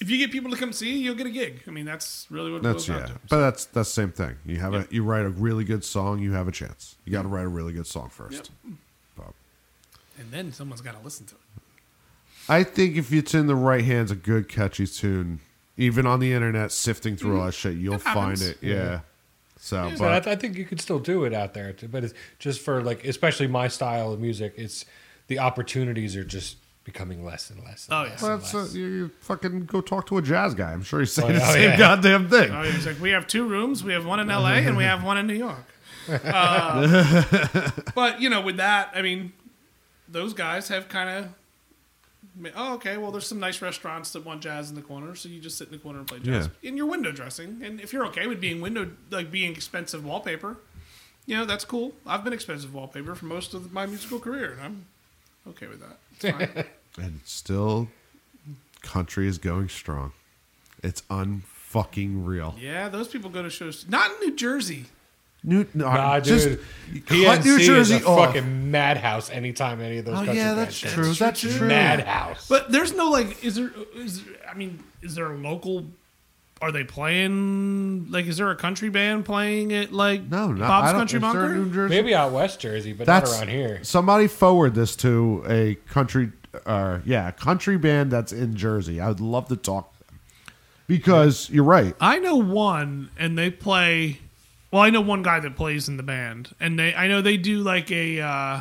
Speaker 3: if you get people to come see you, you'll get a gig. I mean, that's really what it
Speaker 1: That's
Speaker 3: boils down
Speaker 1: yeah,
Speaker 3: to.
Speaker 1: but that's that's the same thing. You have a you write a really good song, you have a chance. You got to write a really good song first. Bob.
Speaker 3: And then someone's got to listen to it.
Speaker 1: I think if it's in the right hands, a good catchy tune, even on the internet, sifting through all that shit, you'll find
Speaker 3: happens.
Speaker 1: it. Yeah. So,
Speaker 2: So I,
Speaker 1: but
Speaker 2: th- I think you could still do it out there, too, but it's just for like, especially my style of music. It's the opportunities are just becoming less and less. And
Speaker 3: Oh, yeah.
Speaker 2: less
Speaker 1: well,
Speaker 2: and
Speaker 1: that's uh
Speaker 2: less.
Speaker 1: you, you fucking go talk to a jazz guy. I'm sure he's saying
Speaker 2: Oh,
Speaker 1: the
Speaker 2: yeah.
Speaker 1: same
Speaker 2: Oh, yeah.
Speaker 1: goddamn thing.
Speaker 3: Oh, he's like, we have two rooms. We have one in L.A. and we have one in New York. Uh, but you know, with that, I mean, those guys have kind of. Oh, okay. Well, there's some nice restaurants that want jazz in the corner, so you just sit in the corner and play jazz in your window dressing. And if you're okay with being window, like being expensive wallpaper, you know that's cool. I've been expensive wallpaper for most of my musical career, and I'm okay with that. It's fine.
Speaker 1: And still, country is going strong. It's unfucking real.
Speaker 3: yeah, those people go to shows. Not in New Jersey.
Speaker 1: New, no,
Speaker 2: Nah,
Speaker 1: I'm just
Speaker 2: dude.
Speaker 1: cut
Speaker 2: PNC
Speaker 1: New Jersey
Speaker 2: is a
Speaker 1: off.
Speaker 2: fucking madhouse anytime any of those
Speaker 1: oh
Speaker 2: country
Speaker 1: yeah,
Speaker 2: bands
Speaker 1: that's
Speaker 2: play.
Speaker 1: true. That's true.
Speaker 2: Madhouse.
Speaker 3: But there's no like, is there? Is there, I mean, is there a local? Are they playing? Like, is there a country band playing at like
Speaker 1: No, not I
Speaker 3: Bob's
Speaker 1: don't-
Speaker 3: Country
Speaker 1: is there a New
Speaker 3: Bunker?
Speaker 1: Jersey?
Speaker 2: Maybe out West Jersey, but
Speaker 1: That's
Speaker 2: not around here.
Speaker 1: Somebody forward this to a country, uh, yeah, a country band that's in Jersey. I would love to talk to them because you're right.
Speaker 3: I know one, and they play. Well, I know one guy that plays in the band, and they. I know they do like a. Uh,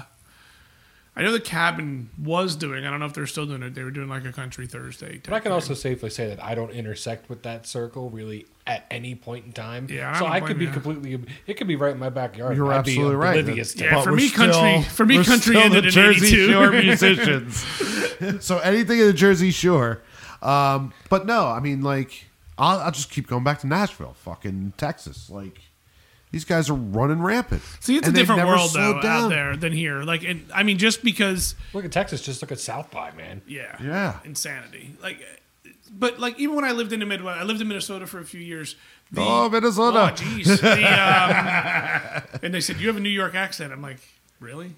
Speaker 3: I know the cabin was doing. I don't know if they're still doing it. They were doing like a country Thursday.
Speaker 2: But I can also safely say that I don't intersect with that circle really at any point in time.
Speaker 3: Yeah, I
Speaker 2: so
Speaker 3: don't
Speaker 2: I could
Speaker 3: blame
Speaker 2: be
Speaker 3: you.
Speaker 2: completely. ob- It could be right in my backyard.
Speaker 1: You're
Speaker 2: I'd
Speaker 1: absolutely
Speaker 2: be
Speaker 1: right.
Speaker 2: oblivious to
Speaker 3: Yeah,
Speaker 2: it.
Speaker 1: But
Speaker 3: for
Speaker 1: we're
Speaker 3: me, country- for me,
Speaker 1: we're
Speaker 3: country
Speaker 1: still
Speaker 3: ended
Speaker 1: the
Speaker 3: in
Speaker 1: Jersey
Speaker 3: 82.
Speaker 1: Shore musicians. so anything in the Jersey Shore, um, but no, I mean like I'll, I'll just keep going back to Nashville, fucking Texas. Like these guys are running rampant.
Speaker 3: See, it's
Speaker 1: And
Speaker 3: a
Speaker 1: they've
Speaker 3: different
Speaker 1: never
Speaker 3: world
Speaker 1: slowed
Speaker 3: though out
Speaker 1: down.
Speaker 3: there than here. Like, and I mean, just because.
Speaker 2: Look at Texas. Just look at South by man.
Speaker 3: Yeah.
Speaker 1: Yeah.
Speaker 3: Insanity. Like, but like even when I lived in the Midwest, I lived in Minnesota for a few years. The,
Speaker 1: Oh, Minnesota.
Speaker 3: Oh, jeez. The, um, and they said you have a New York accent. I'm like, really?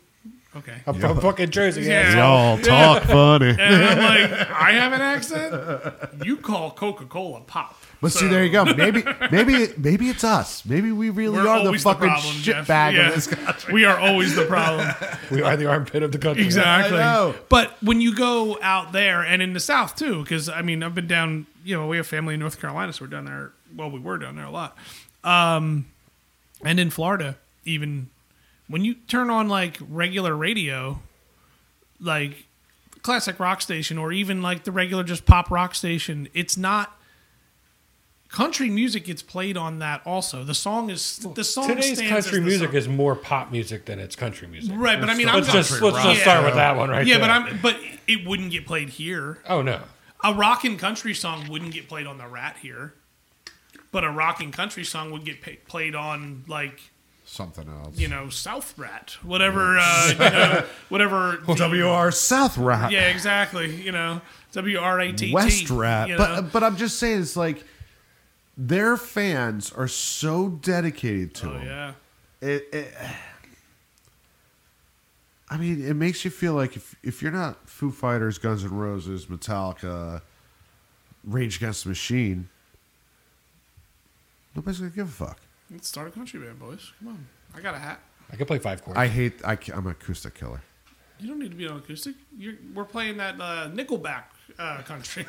Speaker 3: Okay.
Speaker 2: I'm from fucking Jersey.
Speaker 3: Yeah.
Speaker 2: asshole.
Speaker 1: Y'all talk funny.
Speaker 3: And I'm like, I have an accent. You call Coca Cola pop.
Speaker 1: But see,
Speaker 3: So-
Speaker 1: there you go. Maybe, maybe, maybe it's us. Maybe we really
Speaker 3: We're
Speaker 1: are the
Speaker 3: always the
Speaker 1: fucking
Speaker 3: problem,
Speaker 1: shit
Speaker 3: Jeff.
Speaker 1: bag
Speaker 3: Yeah.
Speaker 1: of this guy.
Speaker 3: We are always the problem.
Speaker 2: We are the armpit of the country.
Speaker 3: Exactly.
Speaker 1: I know.
Speaker 3: But when you go out there and in the South too, because I mean, I've been down. You know, we have family in North Carolina, so we're down there. Well, we were down there a lot, um, and in Florida, even when you turn on like regular radio, like classic rock station, or even like the regular just pop rock station, it's not. Country music gets played on that also. The song is the song.
Speaker 2: Today's
Speaker 3: stands as
Speaker 2: country
Speaker 3: the
Speaker 2: music
Speaker 3: song.
Speaker 2: is more pop music than it's country music.
Speaker 3: right, but I mean, I'm
Speaker 2: Let's
Speaker 3: not-
Speaker 2: just let's
Speaker 3: rock.
Speaker 2: just start with that one right
Speaker 3: yeah,
Speaker 2: there.
Speaker 3: but I'm but it wouldn't get played here.
Speaker 2: Oh no.
Speaker 3: A rock and country song wouldn't get played on the Rat here, but a rock and country song would get pa played on like
Speaker 1: Something else.
Speaker 3: you know South Rat, whatever, uh, you know, whatever.
Speaker 1: WR South Rat,
Speaker 3: yeah, exactly. You know, W R A T T.
Speaker 1: West Rat.
Speaker 3: you know.
Speaker 1: But uh, but I'm just saying, it's like their fans are so dedicated to
Speaker 3: oh
Speaker 1: them.
Speaker 3: yeah,
Speaker 1: It, it, I mean, it makes you feel like if if you're not Foo Fighters, Guns N' Roses, Metallica, Rage Against the Machine, Nobody's gonna give a fuck.
Speaker 3: Let's start a country band, boys. Come on. I got a hat.
Speaker 2: I could play five chords.
Speaker 1: I hate. I, ca- I'm an acoustic killer.
Speaker 3: You don't need to be on acoustic. You're, we're playing that uh, Nickelback uh, country.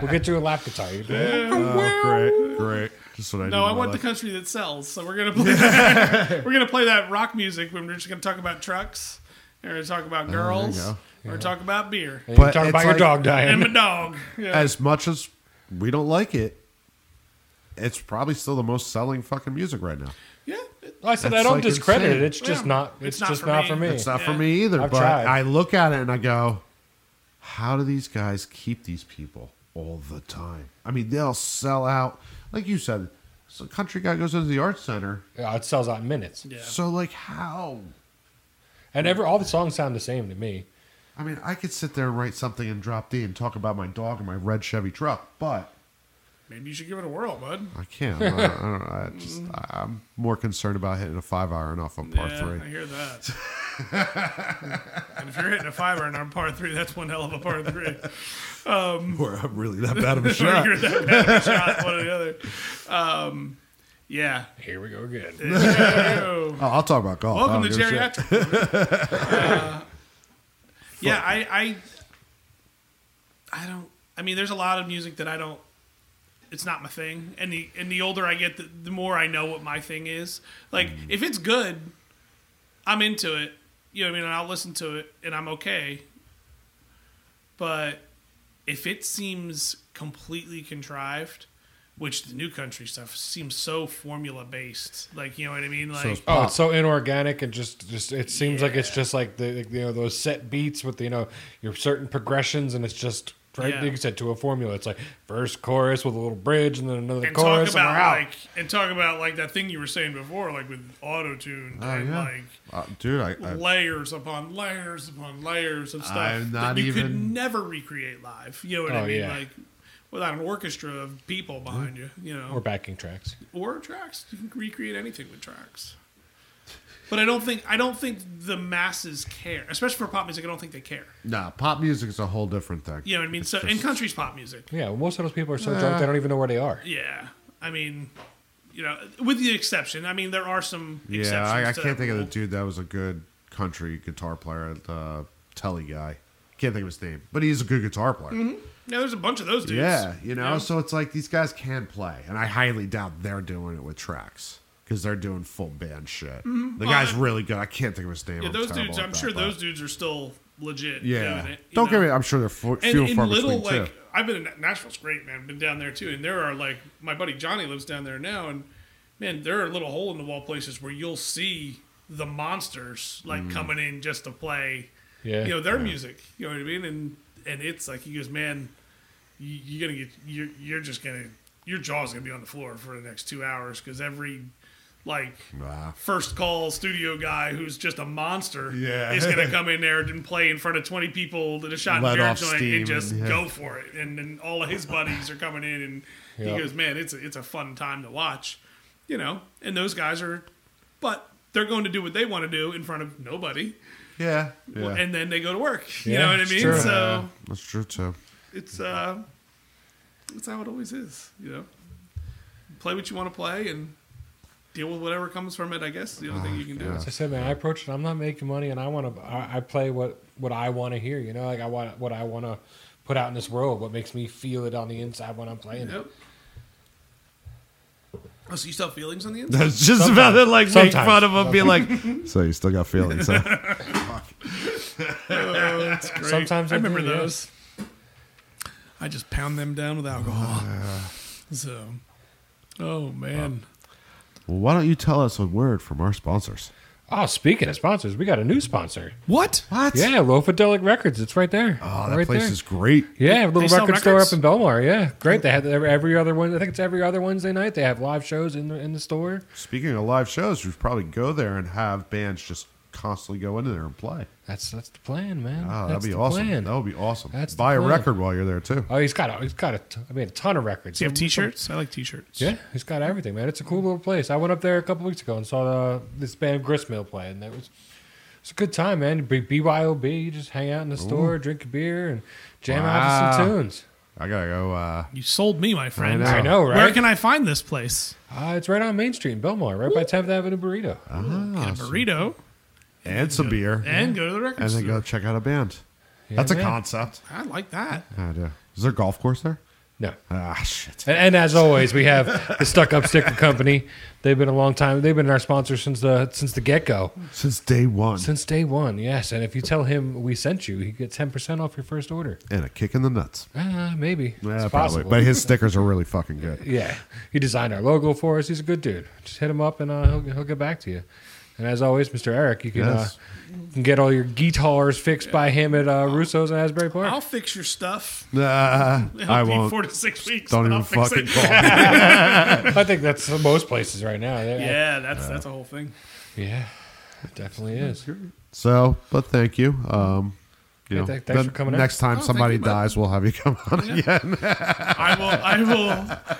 Speaker 2: we'll get you a lap guitar. You can-
Speaker 1: Oh, great, great. That's what I
Speaker 3: no, I want the country that sells. So we're gonna play. That, we're gonna play that rock music. When we're just gonna talk about trucks. And we're gonna talk about girls.
Speaker 1: Oh, go.
Speaker 3: We're gonna talk about beer
Speaker 2: you
Speaker 1: But
Speaker 2: can talk
Speaker 1: it's
Speaker 2: about your
Speaker 1: like-
Speaker 2: dog
Speaker 3: and
Speaker 2: dying.
Speaker 3: my dog. Yeah.
Speaker 1: As much as we don't like it, it's probably still the most selling fucking music right now.
Speaker 3: yeah. it-
Speaker 2: I said I
Speaker 1: That's
Speaker 2: don't
Speaker 1: like
Speaker 2: discredit
Speaker 1: insane.
Speaker 2: it. It's just
Speaker 3: Yeah.
Speaker 2: not. It's,
Speaker 3: It's not
Speaker 2: just
Speaker 3: for
Speaker 2: not
Speaker 3: me.
Speaker 2: for me.
Speaker 1: It's not for
Speaker 3: Yeah.
Speaker 1: me either.
Speaker 2: I've
Speaker 1: but
Speaker 2: tried.
Speaker 1: I look at it and I go, how do these guys keep these people all the time? I mean, they'll sell out. Like you said, so country guy goes into the art center.
Speaker 2: Yeah, it sells out in minutes.
Speaker 3: Yeah.
Speaker 1: So like how?
Speaker 2: And every all the songs sound the same to me.
Speaker 1: I mean, I could sit there and write something and drop D and talk about my dog and my red Chevy truck, but
Speaker 3: Maybe you should give it a whirl, bud.
Speaker 1: I can't. I don't, I don't, I just, I- I'm more concerned about hitting a five iron off on par
Speaker 3: yeah, I
Speaker 1: three.
Speaker 3: hear that. and if you're hitting a fiver and I'm par three, that's one hell of a par three.
Speaker 1: Or I'm uh, really that bad of a
Speaker 3: Or
Speaker 1: shot.
Speaker 3: you're that bad of a shot, one or the other. Um, yeah.
Speaker 2: Here we go again.
Speaker 1: Oh, I'll talk about golf.
Speaker 3: Welcome
Speaker 1: I
Speaker 3: to
Speaker 1: don't give a shit.
Speaker 3: geriatric. Uh, yeah, I, I, I don't. I mean, there's a lot of music that I don't. It's not my thing, and the and the older I get, the, the more I know what my thing is. Like, if it's good, I'm into it. You know what I mean? And I'll listen to it, and I'm okay. But if it seems completely contrived, which the new country stuff seems so formula based, like you know what I mean? Like,
Speaker 1: it's
Speaker 2: Oh, it's so inorganic and just, just it seems like it's just like the you know those set beats with you know your certain progressions and it's just right
Speaker 3: Yeah.
Speaker 2: like you said to a formula. It's like verse chorus with a little bridge and then another
Speaker 3: and talk
Speaker 2: chorus and we're out.
Speaker 3: about like and talk about like that thing you were saying before, like with auto tune
Speaker 1: Oh,
Speaker 3: and
Speaker 1: yeah.
Speaker 3: like
Speaker 1: Uh, dude, I, I
Speaker 3: layers upon layers upon layers of stuff
Speaker 1: I'm not
Speaker 3: that you could
Speaker 1: even-
Speaker 3: never recreate live. You know what
Speaker 2: Oh,
Speaker 3: I mean?
Speaker 2: yeah.
Speaker 3: Like without an orchestra of people behind you, you know,
Speaker 2: or backing tracks.
Speaker 3: or tracks. You can recreate anything with tracks. But I don't think I don't think the masses care, especially for pop music. I don't think they care.
Speaker 1: nah, pop music is a whole different thing.
Speaker 3: You know what I mean?
Speaker 1: It's
Speaker 3: So and
Speaker 1: just-
Speaker 3: country's pop music.
Speaker 2: Yeah, most of those people are so drunk they don't even know where they are.
Speaker 3: Yeah, I mean, you know, with the exception, I mean, there are some.
Speaker 1: Yeah,
Speaker 3: exceptions
Speaker 1: I, I
Speaker 3: to
Speaker 1: can't
Speaker 3: that
Speaker 1: think of the
Speaker 3: rule.
Speaker 1: dude that was a good country guitar player, uh, Telly guy. Can't think of his name, but he's a good guitar player.
Speaker 3: Yeah, there's a bunch of those dudes.
Speaker 1: Yeah, you know,
Speaker 3: Mm-hmm. Yeah.
Speaker 1: so it's like these guys can play, and I highly doubt they're doing it with tracks because they're doing full band shit. The guy's really good. I can't think of his name.
Speaker 3: Mm-hmm. Yeah,
Speaker 1: I'm
Speaker 3: those
Speaker 1: terrible
Speaker 3: dudes.
Speaker 1: at
Speaker 3: I'm
Speaker 1: that,
Speaker 3: sure
Speaker 1: but-
Speaker 3: those dudes are still legit.
Speaker 1: Yeah,
Speaker 3: doing it, you
Speaker 1: don't
Speaker 3: know?
Speaker 1: get me. I'm sure they're fu-
Speaker 3: And
Speaker 1: few and
Speaker 3: in
Speaker 1: far
Speaker 3: little
Speaker 1: between
Speaker 3: like
Speaker 1: too.
Speaker 3: I've been in Nashville's great, man. I've been down there too, and there are like my buddy Johnny lives down there now, and man, there are little hole in the wall places where you'll see the monsters like
Speaker 1: Mm.
Speaker 3: coming in just to play.
Speaker 2: Yeah.
Speaker 3: you know their music. You know what I mean? And and it's like he goes, man, you, you're gonna get you're you're just gonna your jaw's gonna be on the floor for the next two hours because every like
Speaker 1: Nah.
Speaker 3: first call studio guy who's just a monster
Speaker 1: Yeah.
Speaker 3: is gonna come in there and play in front of twenty people that a shot
Speaker 1: Let
Speaker 3: and beer
Speaker 1: off
Speaker 3: joint
Speaker 1: steam
Speaker 3: and just
Speaker 1: and- yeah.
Speaker 3: go for it. And then all of his buddies are coming in and
Speaker 2: Yeah.
Speaker 3: he goes, man, it's a, it's a fun time to watch, you know. And those guys are, but. They're going to do what they want to do in front of nobody
Speaker 1: Yeah, yeah,
Speaker 3: and then they go to work. You
Speaker 2: Yeah,
Speaker 3: know what I
Speaker 2: it's
Speaker 3: mean?
Speaker 2: true.
Speaker 3: So
Speaker 1: that's true too.
Speaker 3: it's uh, it's how it always is. You know, play what you want to play and deal with whatever comes from it. I guess the only thing you can do.
Speaker 2: As I said, man, I approach it. I'm not making money, and I want to. I, I play what what I want to hear. You know, like I want what I want to put out in this world. What makes me feel it on the inside when I'm playing
Speaker 3: Yep.
Speaker 2: it.
Speaker 3: Oh, so you still have feelings on the inside?
Speaker 1: That's just about it. Like
Speaker 2: make Sometimes. fun of
Speaker 1: him, be like, so you still got feelings. Huh?
Speaker 3: Oh, that's great.
Speaker 2: Sometimes
Speaker 3: I
Speaker 2: I
Speaker 3: remember
Speaker 2: do, yeah.
Speaker 3: those. I just pound them down with alcohol.
Speaker 2: Ah.
Speaker 3: so, oh man,
Speaker 1: well, why don't you tell us a word from our sponsors?
Speaker 2: Oh, speaking of sponsors, we got a new sponsor.
Speaker 3: what?
Speaker 1: What?
Speaker 2: Yeah, Lofadelic Records. It's right there.
Speaker 1: Oh, that
Speaker 2: right
Speaker 1: place
Speaker 2: there.
Speaker 1: is great.
Speaker 2: Yeah, a little
Speaker 3: They
Speaker 2: record
Speaker 3: sell
Speaker 2: store
Speaker 3: records?
Speaker 2: up in Belmar. Yeah, great. They had every, every other one. I think it's every other Wednesday night. They have live shows in the in the store.
Speaker 1: Speaking of live shows, we should probably go there and have bands just constantly go into there and play.
Speaker 2: That's that's the plan, man.
Speaker 1: Oh,
Speaker 2: that's
Speaker 1: that'd be
Speaker 2: the
Speaker 1: awesome.
Speaker 2: plan.
Speaker 1: That would be awesome.
Speaker 2: That's the
Speaker 1: Buy a
Speaker 2: plan.
Speaker 1: record while you're there too.
Speaker 2: Oh, he's got a, he's got a t- I mean a ton of records.
Speaker 3: Do you have T-shirts? I like T-shirts.
Speaker 2: Yeah, he's got everything, man. It's a cool little place. I went up there a couple weeks ago and saw uh, this band Gristmill play, and that was it's a good time, man. B- BYOB, you just hang out in the store, drink a beer, and jam out to
Speaker 1: Wow.
Speaker 2: some tunes.
Speaker 1: I gotta go. Uh,
Speaker 3: You sold me, my friend.
Speaker 1: know.
Speaker 2: I know, right?
Speaker 3: Where can I find this place?
Speaker 2: Uh, it's right on Main Street in Belmar, right by 10th Avenue Burrito.
Speaker 3: Get a burrito
Speaker 1: ah, and some beer,
Speaker 3: and go to the record
Speaker 1: Oh, and then
Speaker 3: store.
Speaker 1: go check out a band. That's a
Speaker 2: man.
Speaker 1: concept.
Speaker 3: I like that.
Speaker 1: I do. Is there a golf course there?
Speaker 2: No.
Speaker 1: Ah, shit.
Speaker 2: And, and as always, we have the Stuck Up Sticker Company. They've been a long time. They've been our sponsor since the since the get go,
Speaker 1: Since day one,
Speaker 2: since day one. Yes, and if you tell him we sent you, he gets ten percent off your first order.
Speaker 1: and a kick in the nuts.
Speaker 2: Uh, maybe
Speaker 1: Yeah, probably.
Speaker 2: it's possible.
Speaker 1: But his stickers are really fucking good.
Speaker 2: yeah, he designed our logo for us. He's a good dude. Just hit him up and uh, he'll he'll get back to you. And as always, Mr. Eric, you can,
Speaker 1: Yes.
Speaker 2: uh, you can get all your guitars fixed by him at uh, Russo's in Asbury Park.
Speaker 3: I'll fix your stuff.
Speaker 1: Nah,
Speaker 3: It'll
Speaker 1: I
Speaker 3: be
Speaker 1: won't.
Speaker 3: Four to six weeks.
Speaker 1: Don't
Speaker 3: but
Speaker 1: even
Speaker 3: I'll fix
Speaker 1: fucking
Speaker 3: it.
Speaker 1: call. me.
Speaker 2: I think that's most places right now. They're-
Speaker 3: Yeah, that's that's a whole thing.
Speaker 2: yeah, it definitely is.
Speaker 1: So, but thank you. Um, you
Speaker 2: Hey,
Speaker 1: know,
Speaker 2: th- thanks
Speaker 1: the
Speaker 2: for coming out.
Speaker 1: next time
Speaker 3: Oh, thank
Speaker 1: somebody
Speaker 3: you, bud.
Speaker 1: dies, we'll have you come on again.
Speaker 3: I will. I will.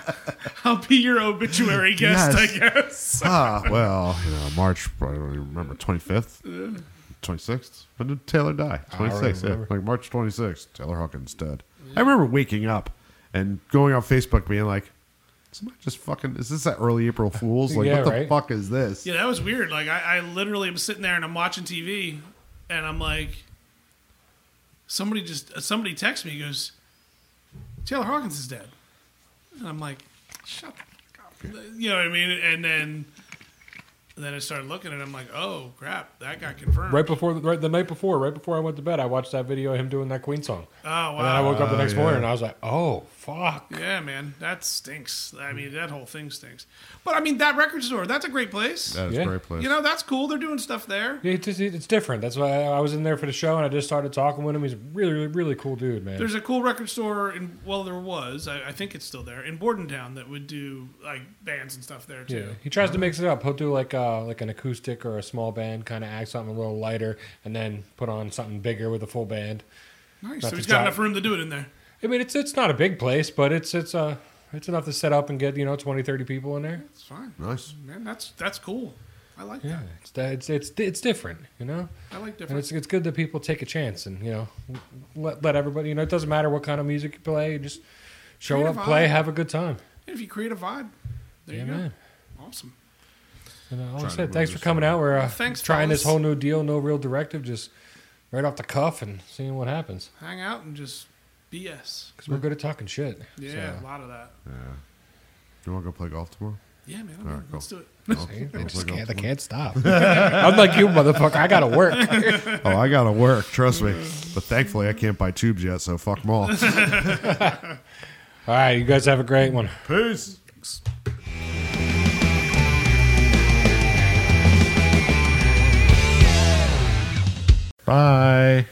Speaker 3: I'll be your obituary guest,
Speaker 1: Yes.
Speaker 3: I guess.
Speaker 1: ah, well, you know, March, I don't even remember, 25th, 26th. When did Taylor die?
Speaker 2: I
Speaker 1: 26th, yeah.
Speaker 2: remember.
Speaker 1: Like March 26th, Taylor Hawkins dead. I remember waking up and going on Facebook being like, somebody just fucking, is this that early April Fool's? Like,
Speaker 2: Yeah,
Speaker 1: what the
Speaker 2: right.
Speaker 1: fuck is this?
Speaker 3: Yeah, that was weird. Like I, I literally am sitting there and I'm watching TV, and I'm like, somebody just somebody texts me goes, Taylor Hawkins is dead, and I'm like, shut the fuck up. You know what I mean? And then, and then I started looking, and I'm like, oh crap, that got confirmed.
Speaker 2: Right before, right the night before, right before I went to bed, I watched that video of him doing that Queen song,
Speaker 3: Oh
Speaker 2: and then I
Speaker 3: wow.
Speaker 2: woke up the
Speaker 1: Oh,
Speaker 2: next
Speaker 1: yeah.
Speaker 2: morning and I was like, "Oh fuck!"
Speaker 3: yeah, man, that stinks. I mean, that whole thing stinks. But I mean, that record store, that's a great place.
Speaker 1: That is
Speaker 2: Yeah.
Speaker 1: a great place.
Speaker 3: you know, that's cool. They're doing stuff there.
Speaker 2: Yeah, It's, just, it's different. That's why I I was in there for the show and I just started talking with him. He's a really, really, really cool dude, man.
Speaker 3: There's a cool record store in well, there was. I, I think it's still there in Bordentown that would do like bands and stuff there
Speaker 2: yeah,
Speaker 3: too.
Speaker 2: he tries to mix it up. He'll do like uh, like an acoustic or a small band kind of act, something a little lighter, and then put on something bigger with a full band.
Speaker 3: Nice.
Speaker 2: Not
Speaker 3: so
Speaker 2: to
Speaker 3: he's got
Speaker 2: jive.
Speaker 3: enough room to do it in there.
Speaker 2: I mean, it's it's not a big place, but it's it's uh it's enough to set up and get you know 20, 30 people in there.
Speaker 3: It's fine.
Speaker 1: nice.
Speaker 3: Man, that's that's cool. I like
Speaker 2: Yeah, it's it's it's, it's different, you know.
Speaker 3: that. I like
Speaker 2: And
Speaker 3: different.
Speaker 2: it's it's good that people take a chance and you know let let everybody you know it doesn't matter what kind of music you play, you just show
Speaker 3: Create a
Speaker 2: up, play,
Speaker 3: vibe.
Speaker 2: have a good time.
Speaker 3: if you create a vibe, there
Speaker 2: Yeah,
Speaker 3: you go.
Speaker 2: man.
Speaker 3: Awesome.
Speaker 2: And uh, all I
Speaker 1: Trying to
Speaker 2: said, thanks
Speaker 1: remember
Speaker 2: for coming out. We're uh,
Speaker 3: Thanks,
Speaker 2: trying this
Speaker 3: fellas.
Speaker 2: whole new deal, no real directive, just right off the cuff and seeing what happens
Speaker 3: Hang out and just BS.
Speaker 2: because we're
Speaker 1: Hmm.
Speaker 2: good at talking shit.
Speaker 3: Yeah, a
Speaker 2: so,
Speaker 3: lot of that.
Speaker 1: Yeah. You want to go play golf tomorrow?
Speaker 3: Yeah, man. I'm
Speaker 1: All
Speaker 3: in.
Speaker 1: right,
Speaker 3: Let's do
Speaker 1: cool.
Speaker 3: it.
Speaker 1: No?
Speaker 2: see, they
Speaker 1: Wanna
Speaker 2: just
Speaker 1: play golf
Speaker 2: can't, they
Speaker 1: tomorrow?
Speaker 2: can't stop. I'm like you, motherfucker. I gotta work.
Speaker 1: Oh, I gotta work. Trust me. But thankfully, I can't buy tubes yet, so fuck them all.
Speaker 2: All right, you guys have a great one.
Speaker 1: Peace. Bye.